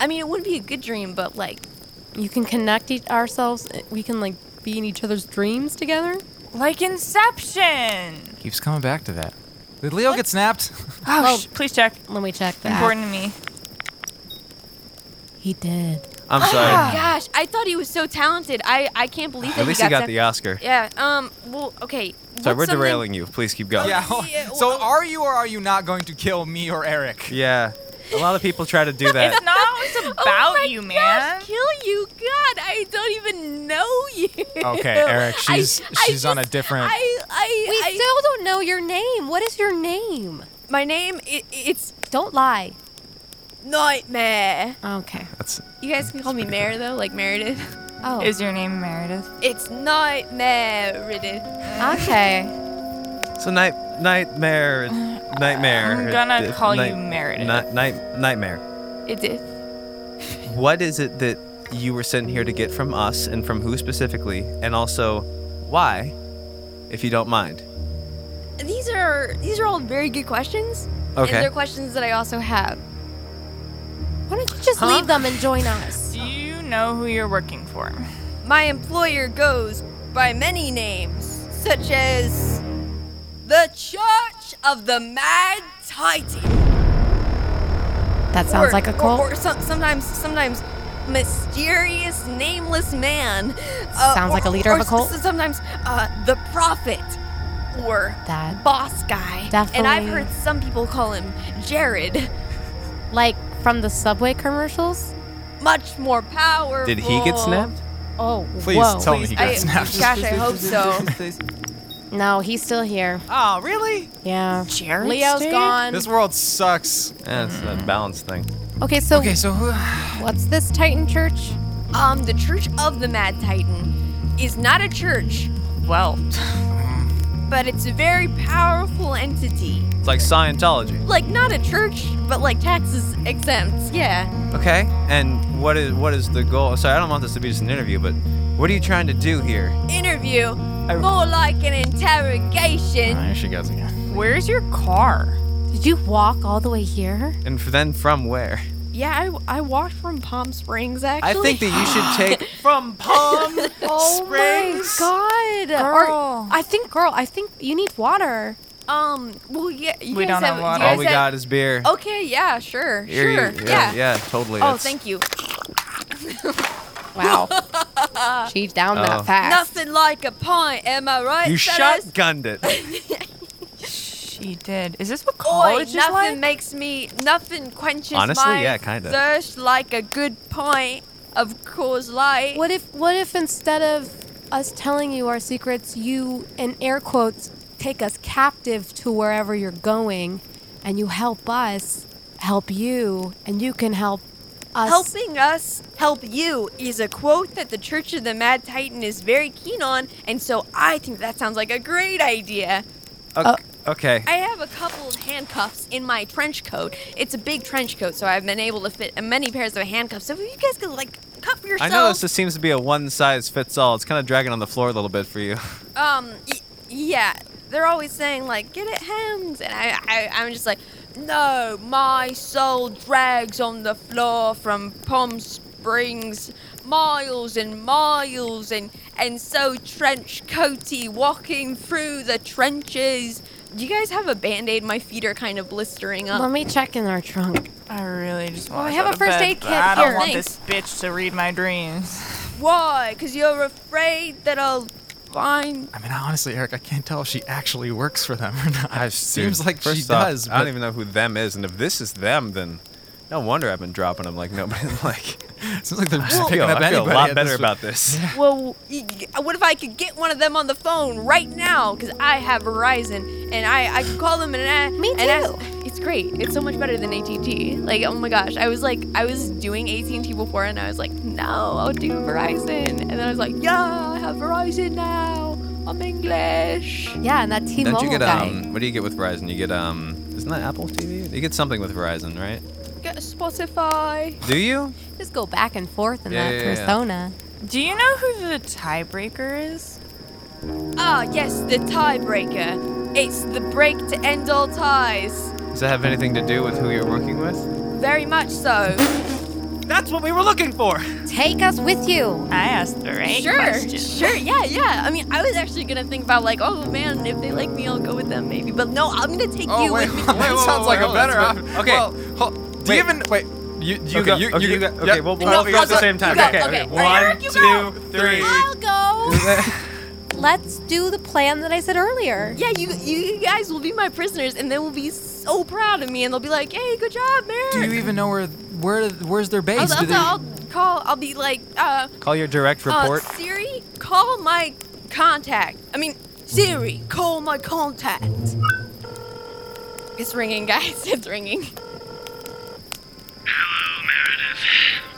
[SPEAKER 12] I mean, it wouldn't be a good dream, but like
[SPEAKER 8] You can connect each ourselves. We can like be in each other's dreams together.
[SPEAKER 7] Like Inception.
[SPEAKER 1] Keeps coming back to that. Did Leo get snapped?
[SPEAKER 7] Oh, sh- please check.
[SPEAKER 8] Let me check that.
[SPEAKER 7] Important to me.
[SPEAKER 8] He did.
[SPEAKER 9] I'm
[SPEAKER 12] Oh
[SPEAKER 9] sorry.
[SPEAKER 12] my gosh, I thought he was so talented. I, I can't believe that
[SPEAKER 9] At least he
[SPEAKER 12] he
[SPEAKER 9] got
[SPEAKER 12] got,
[SPEAKER 9] the Oscar.
[SPEAKER 12] Yeah. Um. Well. Okay.
[SPEAKER 9] Sorry,
[SPEAKER 12] what's
[SPEAKER 9] we're
[SPEAKER 12] something-
[SPEAKER 9] derailing you. Please keep going.
[SPEAKER 1] Yeah. So are you or are you not going to kill me or Eric?
[SPEAKER 9] Yeah. A lot of people try to do that.
[SPEAKER 7] It's not always about
[SPEAKER 12] oh my
[SPEAKER 7] you,
[SPEAKER 12] gosh,
[SPEAKER 7] man.
[SPEAKER 12] Kill you, God! I don't even know you.
[SPEAKER 1] Okay, Eric,
[SPEAKER 12] I-
[SPEAKER 1] she's
[SPEAKER 12] I
[SPEAKER 1] she's on a
[SPEAKER 12] just-
[SPEAKER 1] different
[SPEAKER 12] I I.
[SPEAKER 10] We
[SPEAKER 12] I,
[SPEAKER 10] still don't know your name. What is your name?
[SPEAKER 12] My name. It, it's
[SPEAKER 10] don't lie.
[SPEAKER 12] Nightmare.
[SPEAKER 10] Okay.
[SPEAKER 9] That's.
[SPEAKER 12] You guys can call me Mare though, like Meredith.
[SPEAKER 10] Oh.
[SPEAKER 7] Is your name Meredith?
[SPEAKER 12] It's Nightmare Ridden.
[SPEAKER 10] Okay.
[SPEAKER 9] So night nightmare nightmare.
[SPEAKER 7] I'm gonna
[SPEAKER 9] uh,
[SPEAKER 7] call you
[SPEAKER 9] night-
[SPEAKER 7] Meredith.
[SPEAKER 9] Ni- night nightmare.
[SPEAKER 12] It did.
[SPEAKER 9] What is it that you were sent here to get from us, and from who specifically, and also why, if you don't mind?
[SPEAKER 12] These are these are all very good questions.
[SPEAKER 9] Okay.
[SPEAKER 12] And they're questions that I also have.
[SPEAKER 10] Why don't you just
[SPEAKER 12] Huh?
[SPEAKER 10] leave them and join us?
[SPEAKER 7] Do you know who you're working for?
[SPEAKER 12] My employer goes by many names, such as the Church of the Mad Titan.
[SPEAKER 10] That sounds
[SPEAKER 12] Or-
[SPEAKER 10] like a
[SPEAKER 12] or-
[SPEAKER 10] cult.
[SPEAKER 12] Or, some, sometimes, sometimes mysterious, nameless man. Uh,
[SPEAKER 10] Sounds like a
[SPEAKER 12] or-
[SPEAKER 10] leader of
[SPEAKER 12] or
[SPEAKER 10] a cult.
[SPEAKER 12] s- Sometimes uh, the prophet, or
[SPEAKER 10] That
[SPEAKER 12] boss guy. And I've
[SPEAKER 10] definitely-
[SPEAKER 12] heard some people call him Jared.
[SPEAKER 10] Like from the subway commercials?
[SPEAKER 12] Much more powerful.
[SPEAKER 9] Did he get snapped?
[SPEAKER 10] Oh,
[SPEAKER 9] Please
[SPEAKER 10] whoa.
[SPEAKER 9] tell me he got
[SPEAKER 12] I-
[SPEAKER 9] snapped.
[SPEAKER 12] gosh, I hope so.
[SPEAKER 10] No, he's still here.
[SPEAKER 9] Oh, really?
[SPEAKER 10] Yeah.
[SPEAKER 7] Jared
[SPEAKER 10] Leo's
[SPEAKER 7] stayed?
[SPEAKER 10] gone.
[SPEAKER 9] This world sucks. Yeah, it's a balance thing.
[SPEAKER 10] Okay, so
[SPEAKER 9] Okay, so
[SPEAKER 10] what's this Titan Church?
[SPEAKER 12] Um, the Church of the Mad Titan is not a church.
[SPEAKER 7] Well,
[SPEAKER 12] but it's a very powerful entity.
[SPEAKER 9] It's like Scientology.
[SPEAKER 12] Like not a church, but like taxes exempt. Yeah.
[SPEAKER 9] Okay. And what is what is the goal? Sorry, I don't want this to be just an interview, but what are you trying to do here?
[SPEAKER 12] Interview. More like an interrogation.
[SPEAKER 9] she goes again.
[SPEAKER 7] Where's your car?
[SPEAKER 10] Did you walk all the way here?
[SPEAKER 9] And f- then from where?
[SPEAKER 12] Yeah, I, I walked from Palm Springs actually.
[SPEAKER 9] I think that you should take from Palm Springs.
[SPEAKER 10] Oh my god.
[SPEAKER 12] Girl.
[SPEAKER 10] Or, I think girl, I think you need water.
[SPEAKER 12] Um. Well, yeah. You
[SPEAKER 7] We
[SPEAKER 12] guys
[SPEAKER 7] don't have
[SPEAKER 12] have,
[SPEAKER 7] water.
[SPEAKER 12] you
[SPEAKER 9] All
[SPEAKER 12] guys
[SPEAKER 9] we
[SPEAKER 12] have-
[SPEAKER 9] got is beer.
[SPEAKER 10] Oh,
[SPEAKER 12] Okay. Yeah. Sure.
[SPEAKER 9] Here you-
[SPEAKER 12] sure.
[SPEAKER 9] yeah,
[SPEAKER 12] yeah.
[SPEAKER 9] yeah, totally.
[SPEAKER 12] Oh,
[SPEAKER 9] That's-
[SPEAKER 12] thank you.
[SPEAKER 10] Wow. She's down
[SPEAKER 9] Oh.
[SPEAKER 10] that fast.
[SPEAKER 12] Nothing like a pint, am I right?
[SPEAKER 9] you
[SPEAKER 12] fellas?
[SPEAKER 9] shotgunned it.
[SPEAKER 7] She did. Is this what
[SPEAKER 12] Oi,
[SPEAKER 7] college
[SPEAKER 12] nothing
[SPEAKER 7] is like?
[SPEAKER 12] makes me, nothing quenches
[SPEAKER 9] Honestly,
[SPEAKER 12] my
[SPEAKER 9] yeah, kinda.
[SPEAKER 12] thirst like a good pint of Coors Light.
[SPEAKER 10] What if what if instead of us telling you our secrets, you in air quotes take us captive to wherever you're going and you help us help you and you can help us
[SPEAKER 12] Helping us help you is a quote that the Church of the Mad Titan is very keen on, and so I think that sounds like a great idea.
[SPEAKER 9] Okay. okay.
[SPEAKER 12] Uh, I have a couple of handcuffs in my trench coat. It's a big trench coat, so I've been able to fit many pairs of handcuffs. So if you guys could like cuff
[SPEAKER 9] I know this
[SPEAKER 12] yourselves,
[SPEAKER 9] just seems to be a one size fits all. It's kind of dragging on the floor a little bit for you.
[SPEAKER 12] um, y- yeah, they're always saying like, "Get it hemmed," and I, I, I'm just like, "No, my soul drags on the floor from Palm Springs, miles and miles, and and so trench coaty walking through the trenches." Do you guys have a band aid? My feet are kind of blistering up.
[SPEAKER 10] Let me check in our trunk.
[SPEAKER 7] I really just
[SPEAKER 10] Well, I
[SPEAKER 7] want to
[SPEAKER 10] have
[SPEAKER 7] go
[SPEAKER 10] a
[SPEAKER 7] to
[SPEAKER 10] first
[SPEAKER 7] bed,
[SPEAKER 10] aid
[SPEAKER 7] but
[SPEAKER 10] kit
[SPEAKER 7] I don't
[SPEAKER 10] here.
[SPEAKER 7] want
[SPEAKER 10] Thanks.
[SPEAKER 7] this bitch to read my dreams.
[SPEAKER 12] Why? Cause you're afraid that I'll find.
[SPEAKER 1] I mean, honestly, Eric, I can't tell if she actually works for them or not.
[SPEAKER 9] I
[SPEAKER 1] Seems like she
[SPEAKER 9] first off,
[SPEAKER 1] does.
[SPEAKER 9] I don't
[SPEAKER 1] but-
[SPEAKER 9] even know who them is, and if this is them, then no wonder I've been dropping them like nobody. Like
[SPEAKER 1] Seems like they're just
[SPEAKER 9] I
[SPEAKER 1] picking
[SPEAKER 9] feel,
[SPEAKER 1] up
[SPEAKER 9] I feel a
[SPEAKER 1] anybody
[SPEAKER 9] lot
[SPEAKER 1] at
[SPEAKER 9] better
[SPEAKER 1] this-
[SPEAKER 9] about this.
[SPEAKER 12] Well, y- what if I could get one of them on the phone right now? Because I have Verizon, and I I could call them and I,
[SPEAKER 10] Me
[SPEAKER 12] and ask- it's great. It's so much better than AT and Like oh my gosh, I was like I was doing AT and T before, and I was like no, I'll do Verizon, and then I was like yeah, I have Verizon now. I'm English.
[SPEAKER 10] Yeah, and that T-Mobile
[SPEAKER 9] Don't you get
[SPEAKER 10] guy.
[SPEAKER 9] um? What do you get with Verizon? You get um? Isn't that Apple TV? You get something with Verizon, right?
[SPEAKER 12] Get Spotify.
[SPEAKER 9] Do you?
[SPEAKER 10] Just go back and forth in
[SPEAKER 9] Yeah,
[SPEAKER 10] that
[SPEAKER 9] yeah, yeah.
[SPEAKER 10] persona.
[SPEAKER 7] Do you know who the tiebreaker is?
[SPEAKER 12] Ah yes, the tiebreaker. It's the break to end all ties.
[SPEAKER 9] Does that have anything to do with who you're working with?
[SPEAKER 12] Very much so.
[SPEAKER 9] That's what we were looking for.
[SPEAKER 10] Take us with you.
[SPEAKER 7] I asked the right
[SPEAKER 12] sure,
[SPEAKER 7] question.
[SPEAKER 12] sure, yeah, yeah. I mean, I was actually gonna think about like, oh man, if they like me, I'll go with them maybe. But no, I'm gonna take
[SPEAKER 9] Oh,
[SPEAKER 12] you with me.
[SPEAKER 1] that sounds like a better option.
[SPEAKER 9] Okay.
[SPEAKER 1] Well, hold, do you even wait? You, you go. You, you, go.
[SPEAKER 9] okay, we'll, we'll all go at the same time.
[SPEAKER 12] go,
[SPEAKER 9] okay,
[SPEAKER 12] okay.
[SPEAKER 9] okay.
[SPEAKER 12] All
[SPEAKER 9] One,
[SPEAKER 12] right, Eric, you
[SPEAKER 9] two, three.
[SPEAKER 10] I'll go. Let's do the plan that I said earlier.
[SPEAKER 12] Yeah, you you guys will be my prisoners, and they will be so proud of me, and they'll be like, hey, good job, Mary.
[SPEAKER 1] Do you even know where where where's their
[SPEAKER 12] I'll,
[SPEAKER 1] base?
[SPEAKER 12] I'll,
[SPEAKER 1] Do they-
[SPEAKER 12] I'll call. I'll be like, uh,
[SPEAKER 9] Call your direct
[SPEAKER 12] uh,
[SPEAKER 9] report.
[SPEAKER 12] Siri, call my contact. I mean, Siri, call my contact.
[SPEAKER 8] It's ringing, guys. It's ringing.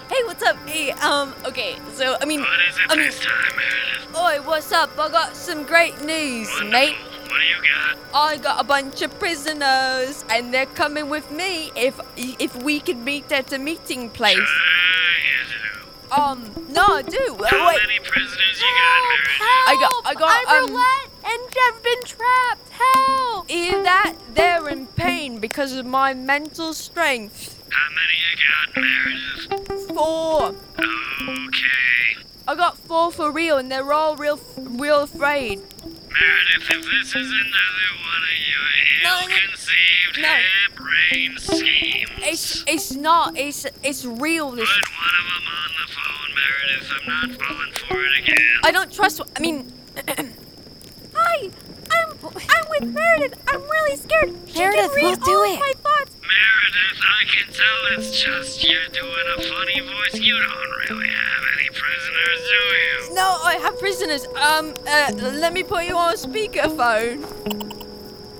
[SPEAKER 12] Hey, what's up? Hey, um, okay, so I mean, what is it I mean, Oi, what's up? I got some great news, mate.
[SPEAKER 15] What do you got?
[SPEAKER 12] I got a bunch of prisoners, and they're coming with me if if we could meet at a meeting place. Um, no, I do. Uh,
[SPEAKER 15] How
[SPEAKER 12] wait.
[SPEAKER 15] many prisoners you got, Meredith?
[SPEAKER 12] I got, I got, I'm um, and I've been trapped. Help! Either that, they're in pain because of my mental strength.
[SPEAKER 15] How many you got, Oh, Meredith?
[SPEAKER 12] Four.
[SPEAKER 15] Okay.
[SPEAKER 12] I got four for real, and they're all real, real afraid.
[SPEAKER 15] Meredith, if this is another one of your ill-conceived
[SPEAKER 12] no.
[SPEAKER 15] harebrained schemes,
[SPEAKER 12] It's, it's not. It's, it's real. This.
[SPEAKER 15] one of them on the phone, Meredith. I'm not falling for it again.
[SPEAKER 12] I don't trust. I mean. Hi, I'm, I'm with Meredith. I'm really scared.
[SPEAKER 15] She can Meredith, read we'll do all of it. my
[SPEAKER 12] thoughts.
[SPEAKER 15] Meredith, I can tell it's just you're doing a funny voice. You don't really have any prisoners, do you?
[SPEAKER 12] No, I have prisoners. Um, uh, let me put you on speakerphone.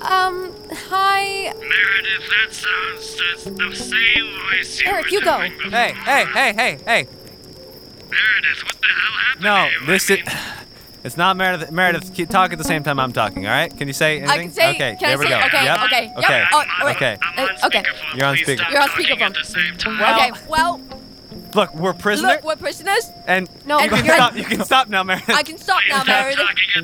[SPEAKER 12] Um, hi.
[SPEAKER 15] Meredith, that sounds that's the same voice you
[SPEAKER 12] Eric,
[SPEAKER 15] were
[SPEAKER 12] you go.
[SPEAKER 15] doing before.
[SPEAKER 9] Hey, hey, hey, hey, hey.
[SPEAKER 15] Meredith, what the hell happened?
[SPEAKER 9] No, this is. It's not Meredith. Meredith, keep talk at the same time I'm talking. All right? Can you say anything?
[SPEAKER 12] I can say.
[SPEAKER 9] Okay,
[SPEAKER 12] can
[SPEAKER 9] there
[SPEAKER 12] I
[SPEAKER 9] we
[SPEAKER 12] say,
[SPEAKER 9] go.
[SPEAKER 12] Okay,
[SPEAKER 9] yep.
[SPEAKER 12] okay, yep.
[SPEAKER 9] Okay.
[SPEAKER 12] Oh, all right.
[SPEAKER 9] okay.
[SPEAKER 12] Uh, okay.
[SPEAKER 9] You're on speaker.
[SPEAKER 12] You're on speakerphone.
[SPEAKER 9] Well-
[SPEAKER 12] okay. Well,
[SPEAKER 9] Look, we're prisoners.
[SPEAKER 12] look, we're prisoners.
[SPEAKER 9] and
[SPEAKER 12] No,
[SPEAKER 9] you can
[SPEAKER 12] you're-
[SPEAKER 9] stop. You can stop now, Meredith.
[SPEAKER 12] I can stop now, Meredith. Uh,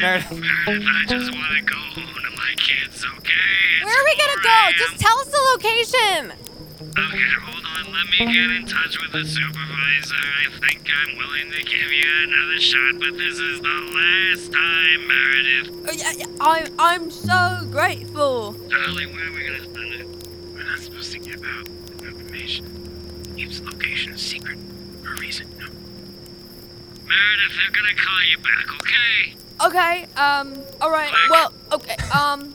[SPEAKER 9] Meredith.
[SPEAKER 15] I just want to go home to my kids, okay?
[SPEAKER 8] Where are we gonna go? Just tell us the location.
[SPEAKER 15] Okay, hold on. Let me get in touch with the supervisor. I think I'm willing to give you another shot, but this is the last time, Meredith.
[SPEAKER 12] Uh, yeah, yeah, I'm I'm so grateful.
[SPEAKER 15] Darling, where are we gonna spend it? We're not supposed to give out information. Keeps location a secret for a reason. No. Meredith, they're gonna call you back, okay?
[SPEAKER 12] Okay. Um. All right. Well. Okay. Um.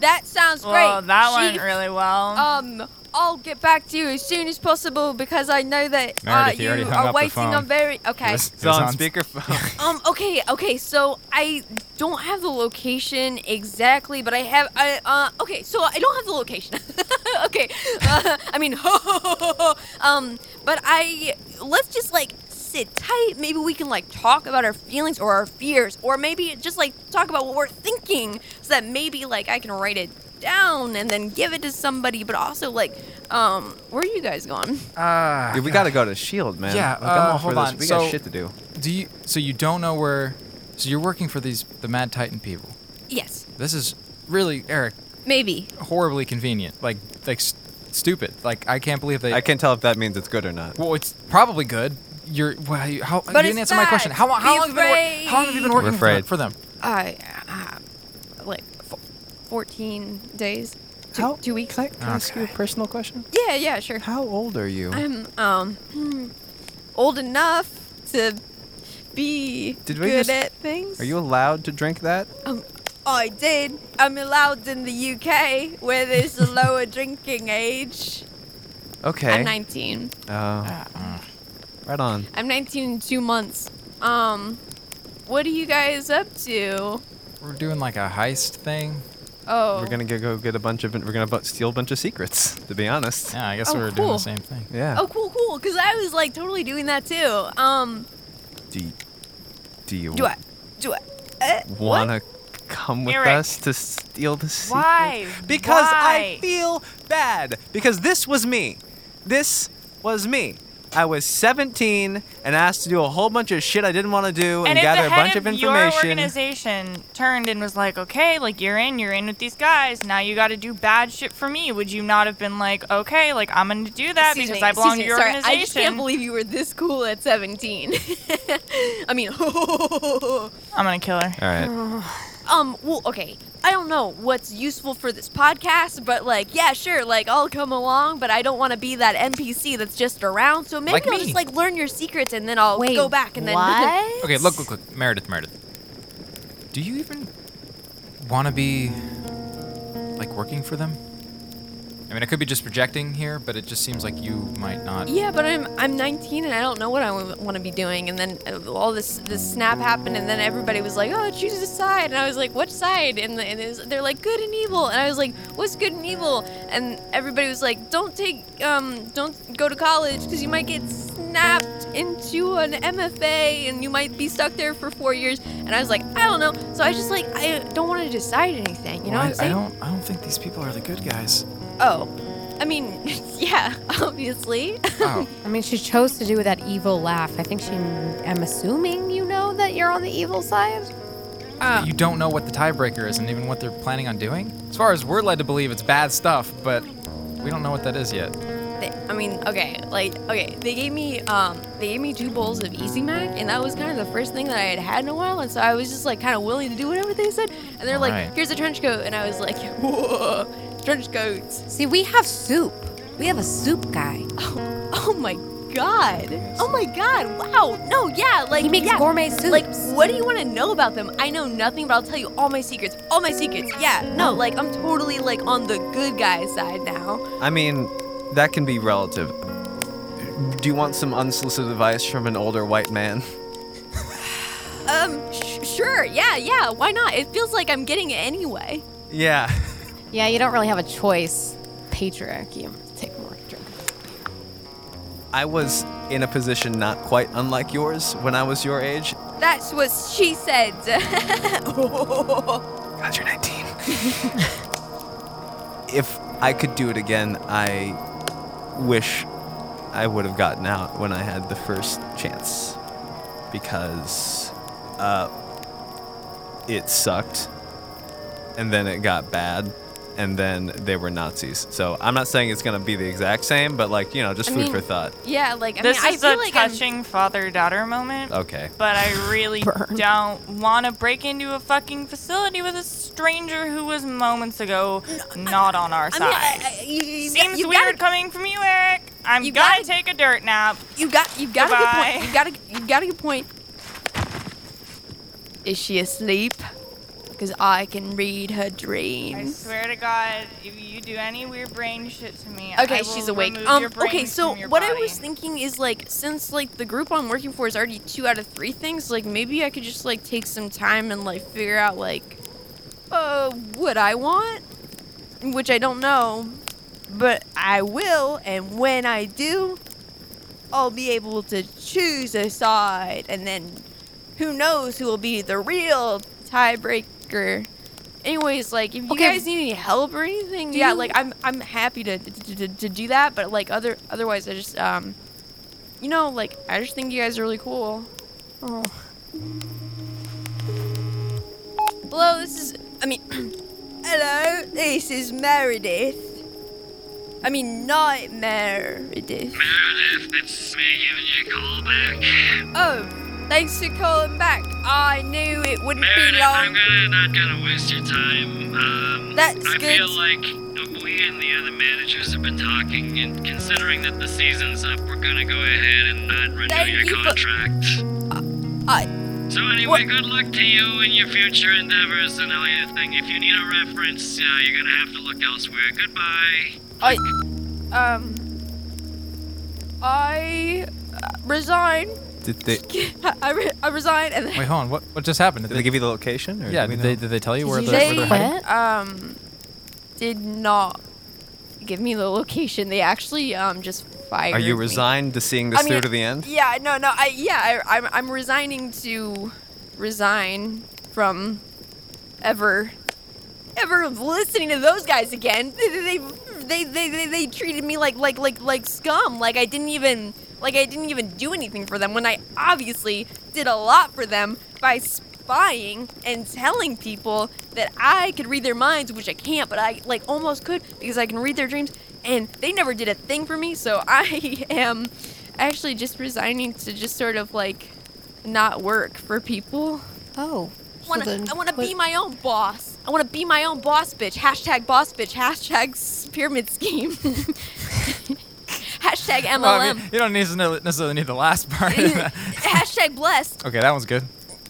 [SPEAKER 12] That sounds great.
[SPEAKER 7] Well, that went
[SPEAKER 12] Chief.
[SPEAKER 7] really well.
[SPEAKER 12] Um. I'll get back to you as soon as possible because I know that uh,
[SPEAKER 1] Meredith, you
[SPEAKER 12] you
[SPEAKER 1] already hung
[SPEAKER 12] are
[SPEAKER 1] up the
[SPEAKER 12] waiting
[SPEAKER 1] phone.
[SPEAKER 12] on very. Okay.
[SPEAKER 1] was-
[SPEAKER 9] It's on
[SPEAKER 1] on-
[SPEAKER 9] speakerphone.
[SPEAKER 12] Um. Okay. Okay. So I don't have the location exactly, but I have. I. Uh. Okay. So I don't have the location. okay. Uh, I mean. um. But I. Let's just like sit tight. Maybe we can like talk about our feelings or our fears, or maybe just like talk about what we're thinking, so that maybe like I can write it down and then give it to somebody. But also like, um, where are you guys going?
[SPEAKER 1] Ah,
[SPEAKER 9] Dude, we gotta go to Shield, E man.
[SPEAKER 1] Yeah,
[SPEAKER 9] Like, I'm
[SPEAKER 1] uh,
[SPEAKER 9] all for
[SPEAKER 1] hold
[SPEAKER 9] this.
[SPEAKER 1] on.
[SPEAKER 9] We
[SPEAKER 1] So-
[SPEAKER 9] got shit to do.
[SPEAKER 1] Do you? So you don't know where? So you're working for these the Mad Titan people.
[SPEAKER 12] Yes.
[SPEAKER 1] This is really Eric
[SPEAKER 12] Maybe.
[SPEAKER 1] horribly convenient. Like like s stupid. Like I can't believe they.
[SPEAKER 9] I can't tell if that means it's good or not.
[SPEAKER 1] Well, it's probably good. You're. Well, you, how, you
[SPEAKER 12] But
[SPEAKER 1] didn't
[SPEAKER 12] it's
[SPEAKER 1] answer my
[SPEAKER 12] bad.
[SPEAKER 1] question. How, long- how
[SPEAKER 12] Be
[SPEAKER 1] long? Have you been wor-
[SPEAKER 12] afraid.
[SPEAKER 1] how long have you been
[SPEAKER 9] We're
[SPEAKER 1] working for them- for them?
[SPEAKER 9] afraid.
[SPEAKER 12] I uh, like fo- fourteen days. Two, two weeks.
[SPEAKER 9] Can I ask you a personal question?
[SPEAKER 12] Yeah, yeah, sure.
[SPEAKER 9] How old are you?
[SPEAKER 12] I'm um hmm, old enough to be
[SPEAKER 9] Did we
[SPEAKER 12] good
[SPEAKER 9] just-
[SPEAKER 12] at things.
[SPEAKER 9] Are you allowed to drink that?
[SPEAKER 12] Um, I did. I'm allowed in the UK where there's a lower drinking age.
[SPEAKER 9] Okay.
[SPEAKER 12] I'm 19.
[SPEAKER 9] Oh.
[SPEAKER 1] Uh-uh.
[SPEAKER 9] right on.
[SPEAKER 12] I'm 19 in two months. Um, what are you guys up to?
[SPEAKER 1] We're doing like a heist thing.
[SPEAKER 12] Oh,
[SPEAKER 9] We're gonna go- go get a bunch of. We're gonna bu- steal a bunch of secrets. To be honest.
[SPEAKER 1] Yeah, I guess
[SPEAKER 12] Oh,
[SPEAKER 1] we were doing
[SPEAKER 12] cool.
[SPEAKER 1] the same thing.
[SPEAKER 9] Yeah.
[SPEAKER 12] Oh, cool, cool. Because I was like totally doing that too. Um,
[SPEAKER 9] Do you, do you
[SPEAKER 12] do I? Do I? Uh, what?
[SPEAKER 9] wanna come with
[SPEAKER 12] Eric.
[SPEAKER 9] us to steal the secrets?
[SPEAKER 7] Why?
[SPEAKER 9] Because I
[SPEAKER 7] Why?
[SPEAKER 9] feel bad. Because this was me. This was me. I was 17 and asked to do a whole bunch of shit I didn't want to do and,
[SPEAKER 7] and if
[SPEAKER 9] gather
[SPEAKER 7] the
[SPEAKER 9] a
[SPEAKER 7] head
[SPEAKER 9] bunch of,
[SPEAKER 7] your
[SPEAKER 9] information.
[SPEAKER 7] organization turned and was like, okay, like you're in, you're in with these guys. Now you got to do bad shit for me. Would you not have been like, okay, like I'm gonna do that
[SPEAKER 12] Excuse
[SPEAKER 7] because
[SPEAKER 12] me,
[SPEAKER 7] I belong to
[SPEAKER 12] excuse
[SPEAKER 7] your
[SPEAKER 12] me, sorry,
[SPEAKER 7] organization?
[SPEAKER 12] I just can't believe you were this cool at 17. I mean,
[SPEAKER 7] I'm gonna kill her.
[SPEAKER 9] All right.
[SPEAKER 12] um, well, okay. I don't know what's useful for this podcast, but like, yeah, sure, like I'll come along, but I don't want to be that NPC that's just around. So maybe
[SPEAKER 1] Like
[SPEAKER 12] I'll
[SPEAKER 1] me.
[SPEAKER 12] just like learn your secrets and then I'll
[SPEAKER 8] Wait,
[SPEAKER 12] go back and then.
[SPEAKER 8] what?
[SPEAKER 1] Okay, look, look, look, Meredith, Meredith. Do you even want to be like working for them? I mean, I could be just projecting here, but it just seems like you might not.
[SPEAKER 12] Yeah, but I'm I'm 19 and I don't know what I want to be doing. And then uh, all this this snap happened, and then everybody was like, "Oh, choose a side," and I was like, "What side?" And, the, and it was, they're like, "Good and evil," and I was like, "What's good and evil?" And everybody was like, "Don't take um don't go to college because you might get snapped into an MFA and you might be stuck there for four years." And I was like, "I don't know." So I just like I don't want to decide anything. You know
[SPEAKER 1] Well, I,
[SPEAKER 12] what I'm saying?
[SPEAKER 1] I don't. I don't think these people are the good guys.
[SPEAKER 12] Oh, I mean, yeah, obviously.
[SPEAKER 1] Oh.
[SPEAKER 10] I mean, she chose to do that evil laugh. I think she. I'm assuming you know that you're on the evil side.
[SPEAKER 12] Uh,
[SPEAKER 1] you don't know what the tiebreaker is, and even what they're planning on doing. As far as we're led to believe, it's bad stuff, but we don't know what that is yet.
[SPEAKER 12] They, I mean, okay, like okay, they gave me um they gave me two bowls of Easy Mac, and that was kind of the first thing that I had had in a while, and so I was just like kind of willing to do whatever they said. And they're like,
[SPEAKER 10] Right.
[SPEAKER 12] "Here's a trench coat," and I was like, "Whoa, trench coats!"
[SPEAKER 10] See, we have soup. We have a soup guy.
[SPEAKER 12] Oh my god! Oh my god! Wow! No, yeah, like
[SPEAKER 10] He makes
[SPEAKER 12] yeah.
[SPEAKER 10] gourmet soups.
[SPEAKER 12] Like, what do you want to know about them? I know nothing, but I'll tell you all my secrets. All my secrets. Yeah,
[SPEAKER 10] Oh.
[SPEAKER 12] no, like I'm totally like on the good guy side now.
[SPEAKER 9] I mean, that can be relative. Do you want some unsolicited advice from an older white man?
[SPEAKER 12] Um, sh- sure, yeah, yeah, why not? It feels like I'm getting it anyway.
[SPEAKER 9] Yeah.
[SPEAKER 10] Yeah, you don't really have a choice. Patriarchy. I'm gonna take more drink.
[SPEAKER 9] I was in a position not quite unlike yours when I was your age.
[SPEAKER 16] That's what she said.
[SPEAKER 9] God, you're 19. If I could do it again, I wish I would have gotten out when I had the first chance. Because uh, it sucked, and then it got bad, and then they were Nazis. So I'm not saying it's going to be the exact same, but like, you know, just
[SPEAKER 7] I
[SPEAKER 9] food
[SPEAKER 7] mean-
[SPEAKER 9] for thought.
[SPEAKER 12] Yeah, like
[SPEAKER 7] this
[SPEAKER 12] I mean,
[SPEAKER 7] is
[SPEAKER 12] I
[SPEAKER 7] a
[SPEAKER 12] feel like I'm-
[SPEAKER 7] touching father-daughter moment.
[SPEAKER 9] Okay.
[SPEAKER 7] But I really don't want to break into a fucking facility with a stranger who was moments ago not on our side. Seems
[SPEAKER 12] you
[SPEAKER 7] weird coming from you, Eric. I'm
[SPEAKER 12] You
[SPEAKER 7] gonna
[SPEAKER 12] gotta-
[SPEAKER 7] take a dirt nap.
[SPEAKER 12] You got, you got a good
[SPEAKER 7] Goodbye.
[SPEAKER 12] point. You got a, you got a good point. Is she asleep? Because I can read her
[SPEAKER 7] I
[SPEAKER 12] dreams.
[SPEAKER 7] swear to God, if you do any weird brain shit to me, I
[SPEAKER 12] Okay,
[SPEAKER 7] will
[SPEAKER 12] she's awake.
[SPEAKER 7] remove
[SPEAKER 12] Um,
[SPEAKER 7] your brains
[SPEAKER 12] okay, so
[SPEAKER 7] from your
[SPEAKER 12] what I
[SPEAKER 7] body.
[SPEAKER 12] was thinking is like, since like the group I'm working for is already two out of three things, like maybe I could just like take some time and like figure out like, uh, what I want, which I don't know, but I will, and when I do, I'll be able to choose a side, and then who knows who will be the real tiebreaker. Anyways, like if you
[SPEAKER 10] Okay.
[SPEAKER 12] guys need any help or anything,
[SPEAKER 10] Do
[SPEAKER 12] yeah,
[SPEAKER 10] you-
[SPEAKER 12] like I'm I'm happy to, to, to to do that, but like other otherwise I just um you know, like I just think you guys are really cool.
[SPEAKER 10] Oh.
[SPEAKER 12] Hello, this is I mean Hello, this is Meredith. I mean Nightmare Meredith.
[SPEAKER 15] Meredith, it's me giving you a call back.
[SPEAKER 12] Oh, thanks for calling back. I knew it wouldn't be
[SPEAKER 15] Meredith, I'm
[SPEAKER 12] long.
[SPEAKER 15] gonna not gonna waste your time. Um,
[SPEAKER 12] That's
[SPEAKER 15] I
[SPEAKER 12] good.
[SPEAKER 15] feel like we and the other managers have been talking, and considering that the season's up, we're gonna go ahead and not renew
[SPEAKER 12] Thank
[SPEAKER 15] your
[SPEAKER 12] you for-
[SPEAKER 15] contract.
[SPEAKER 12] I
[SPEAKER 15] So anyway, good luck to you in your future endeavors and all your thing. If you need a reference, uh, you're gonna have to look elsewhere. Goodbye.
[SPEAKER 12] I um I uh, resign.
[SPEAKER 9] Did they,
[SPEAKER 12] I, re- I resign and then
[SPEAKER 1] Wait, hold on. What what just happened? Did,
[SPEAKER 9] did they give you the location? Or
[SPEAKER 1] Yeah,
[SPEAKER 9] do we
[SPEAKER 1] did they-
[SPEAKER 9] know?
[SPEAKER 1] did they tell you where the-
[SPEAKER 12] they
[SPEAKER 1] where they're headed?
[SPEAKER 12] um did not give me the location. They actually um just fired.
[SPEAKER 9] Are you
[SPEAKER 12] me.
[SPEAKER 9] resigned to seeing this
[SPEAKER 12] I mean,
[SPEAKER 9] through to the end?
[SPEAKER 12] Yeah, no, no, I yeah, I, I'm I'm resigning to resign from ever ever listening to those guys again. They they they they, they treated me like like like like scum. Like I didn't even like I didn't even do anything for them when I obviously did a lot for them by spying and telling people that I could read their minds, which I can't, but I like almost could because I can read their dreams and they never did a thing for me. So I am actually just resigning to just sort of like not work for people.
[SPEAKER 10] Oh.
[SPEAKER 12] I wanna,
[SPEAKER 10] then
[SPEAKER 12] I wanna be
[SPEAKER 10] what-
[SPEAKER 12] my own boss. I wanna be my own boss bitch. Hashtag boss bitch. Hashtag s- pyramid scheme. Hashtag MLM.
[SPEAKER 1] Well, Oh, I mean, you don't need to know- necessarily need the last part.
[SPEAKER 12] Hashtag blessed.
[SPEAKER 1] okay, that one's good.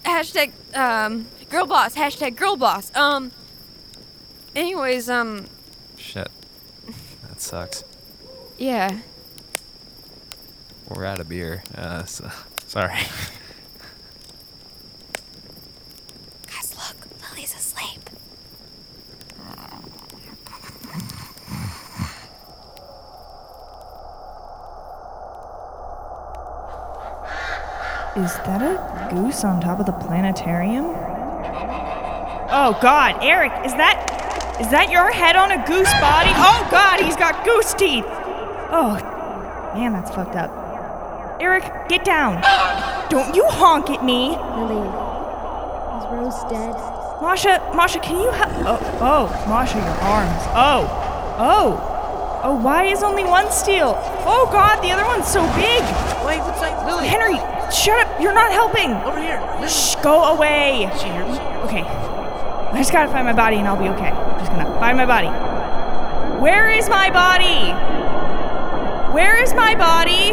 [SPEAKER 12] Hashtag um girl boss. Hashtag girl boss. Um. Anyways, um.
[SPEAKER 1] Shit.
[SPEAKER 9] That sucks.
[SPEAKER 12] Yeah.
[SPEAKER 9] We're out of beer. Uh, so, sorry.
[SPEAKER 10] Guys, look, Lily's asleep.
[SPEAKER 7] Is that a goose on top of the planetarium? Oh God, Eric, is that is that your head on a goose body? Oh God, he's got goose teeth. Oh, man, that's fucked up. Eric, get down. Don't you honk at me. Lily, is Rose dead? Masha, Masha, can you help? Oh, oh, Masha, your arms. Oh, oh, oh. Why is only one steel? Oh God, the other one's so big.
[SPEAKER 17] Wait, what's that? Lily.
[SPEAKER 7] Henry, shut up! You're not helping.
[SPEAKER 17] Over here.
[SPEAKER 7] Shh, go away. She hears. Okay, I just gotta find my body and I'll be okay. I'm just gonna find my body. Where is my body? Where is my body?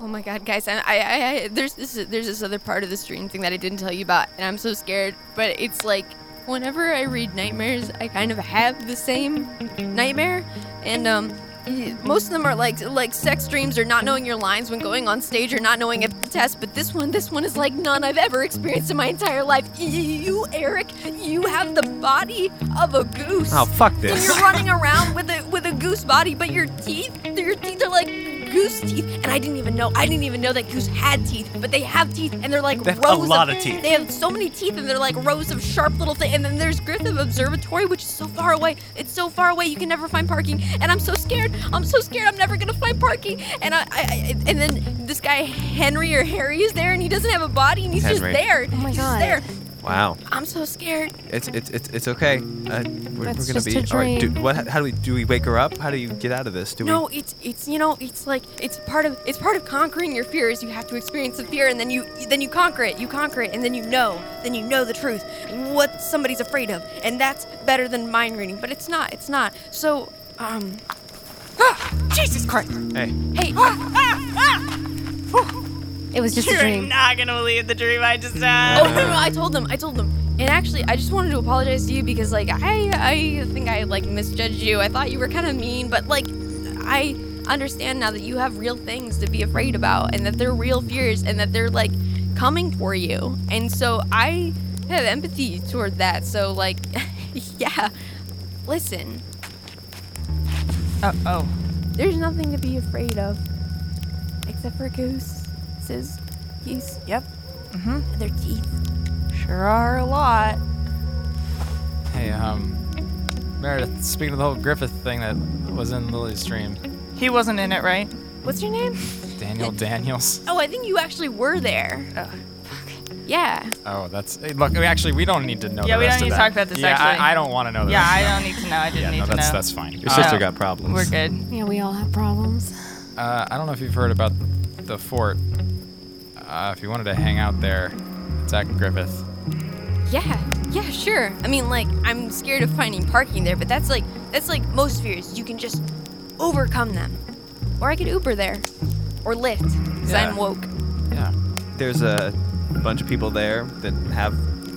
[SPEAKER 12] Oh my god, guys! I, I, I I- there's this, there's this other part of this dream thing that I didn't tell you about, and I'm so scared. But it's like whenever I read nightmares, I kind of have the same nightmare, and um, y- most of them are like like sex dreams or not knowing your lines when going on stage or not knowing if the test. But this one, this one is like none I've ever experienced in my entire life. Y- You, Eric, you have the body of a goose.
[SPEAKER 9] Oh, fuck
[SPEAKER 12] And
[SPEAKER 9] this.
[SPEAKER 12] you're running around with a with a goose body, but your teeth, your teeth are like goose teeth, and I didn't even know. I didn't even know that goose had teeth, but they have teeth, and they're like
[SPEAKER 9] They have a
[SPEAKER 12] rows.
[SPEAKER 9] lot of teeth.
[SPEAKER 12] They have so many teeth, and they're like rows of sharp little things. And then there's Griffith Observatory, which is so far away. It's so far away, you can never find parking. And I'm so scared. I'm so scared. I'm never gonna find parking. And I, I, I and then this guy Henry or Harry is there, and he doesn't have a body, and he's
[SPEAKER 9] Henry.
[SPEAKER 12] just there. Oh my he's
[SPEAKER 10] God.
[SPEAKER 12] Just there.
[SPEAKER 9] Wow.
[SPEAKER 12] I'm so scared.
[SPEAKER 9] It's it's it's, it's okay. Uh, we're, we're
[SPEAKER 12] That's
[SPEAKER 9] gonna
[SPEAKER 12] just
[SPEAKER 9] be
[SPEAKER 12] a
[SPEAKER 9] all right. Do,
[SPEAKER 12] dream.
[SPEAKER 9] what? How do we do? We wake her up? How do you get out of this? Do
[SPEAKER 12] no,
[SPEAKER 9] we?
[SPEAKER 12] it's it's you know it's like it's part of it's part of conquering your fears. You have to experience the fear, and then you then you conquer it. You conquer it, and then you know then you know the truth, what somebody's afraid of, and that's better than mind reading. But it's not. It's not. So um, Jesus Christ!
[SPEAKER 9] Hey.
[SPEAKER 12] Hey, ah,
[SPEAKER 10] it was just
[SPEAKER 4] You're
[SPEAKER 10] a dream.
[SPEAKER 4] not gonna believe the dream I just had.
[SPEAKER 12] Oh no, no, I told them. I told them. And actually, I just wanted to apologize to you because like I I think I like misjudged you. I thought you were kind of mean, but like I understand now that you have real things to be afraid about and that they're real fears and that they're like coming for you. And so I have empathy toward that. So like yeah. Listen,
[SPEAKER 4] Uh oh.
[SPEAKER 12] there's nothing to be afraid of except for gooses. Geese.
[SPEAKER 4] Yep.
[SPEAKER 12] Mm-hmm. Their teeth.
[SPEAKER 4] Sure are a lot.
[SPEAKER 1] Hey, um, Meredith, speaking of the whole Griffith thing that was in Lily's stream,
[SPEAKER 4] He wasn't in it, right?
[SPEAKER 12] What's your name?
[SPEAKER 1] Daniel Daniels.
[SPEAKER 12] Oh, I think you actually were there.
[SPEAKER 7] Oh,
[SPEAKER 12] Yeah.
[SPEAKER 1] Oh, that's hey, look. we- Actually, we don't need to know.
[SPEAKER 4] Yeah,
[SPEAKER 1] the
[SPEAKER 4] we
[SPEAKER 1] rest
[SPEAKER 4] don't
[SPEAKER 1] of
[SPEAKER 4] need to
[SPEAKER 1] that.
[SPEAKER 4] talk about this,
[SPEAKER 1] Yeah,
[SPEAKER 4] actually.
[SPEAKER 1] I, I don't want to know that.
[SPEAKER 4] Yeah, I don't need to know. I didn't
[SPEAKER 1] Yeah,
[SPEAKER 4] need
[SPEAKER 1] no,
[SPEAKER 4] to
[SPEAKER 1] that's
[SPEAKER 4] know. Oh,
[SPEAKER 1] that's fine.
[SPEAKER 9] Your sister got problems.
[SPEAKER 4] We're good.
[SPEAKER 10] Yeah, we all have problems.
[SPEAKER 1] Uh, I don't know if you've heard about the fort. Uh, if you wanted to hang out there, it's at Griffith.
[SPEAKER 12] Yeah, yeah, sure. I mean, like, I'm scared of finding parking there, but that's like, that's like most fears. You can just overcome them. Or I could Uber there, or Lyft, because
[SPEAKER 9] Yeah.
[SPEAKER 12] I'm woke.
[SPEAKER 1] Yeah.
[SPEAKER 9] There's a bunch of people there that have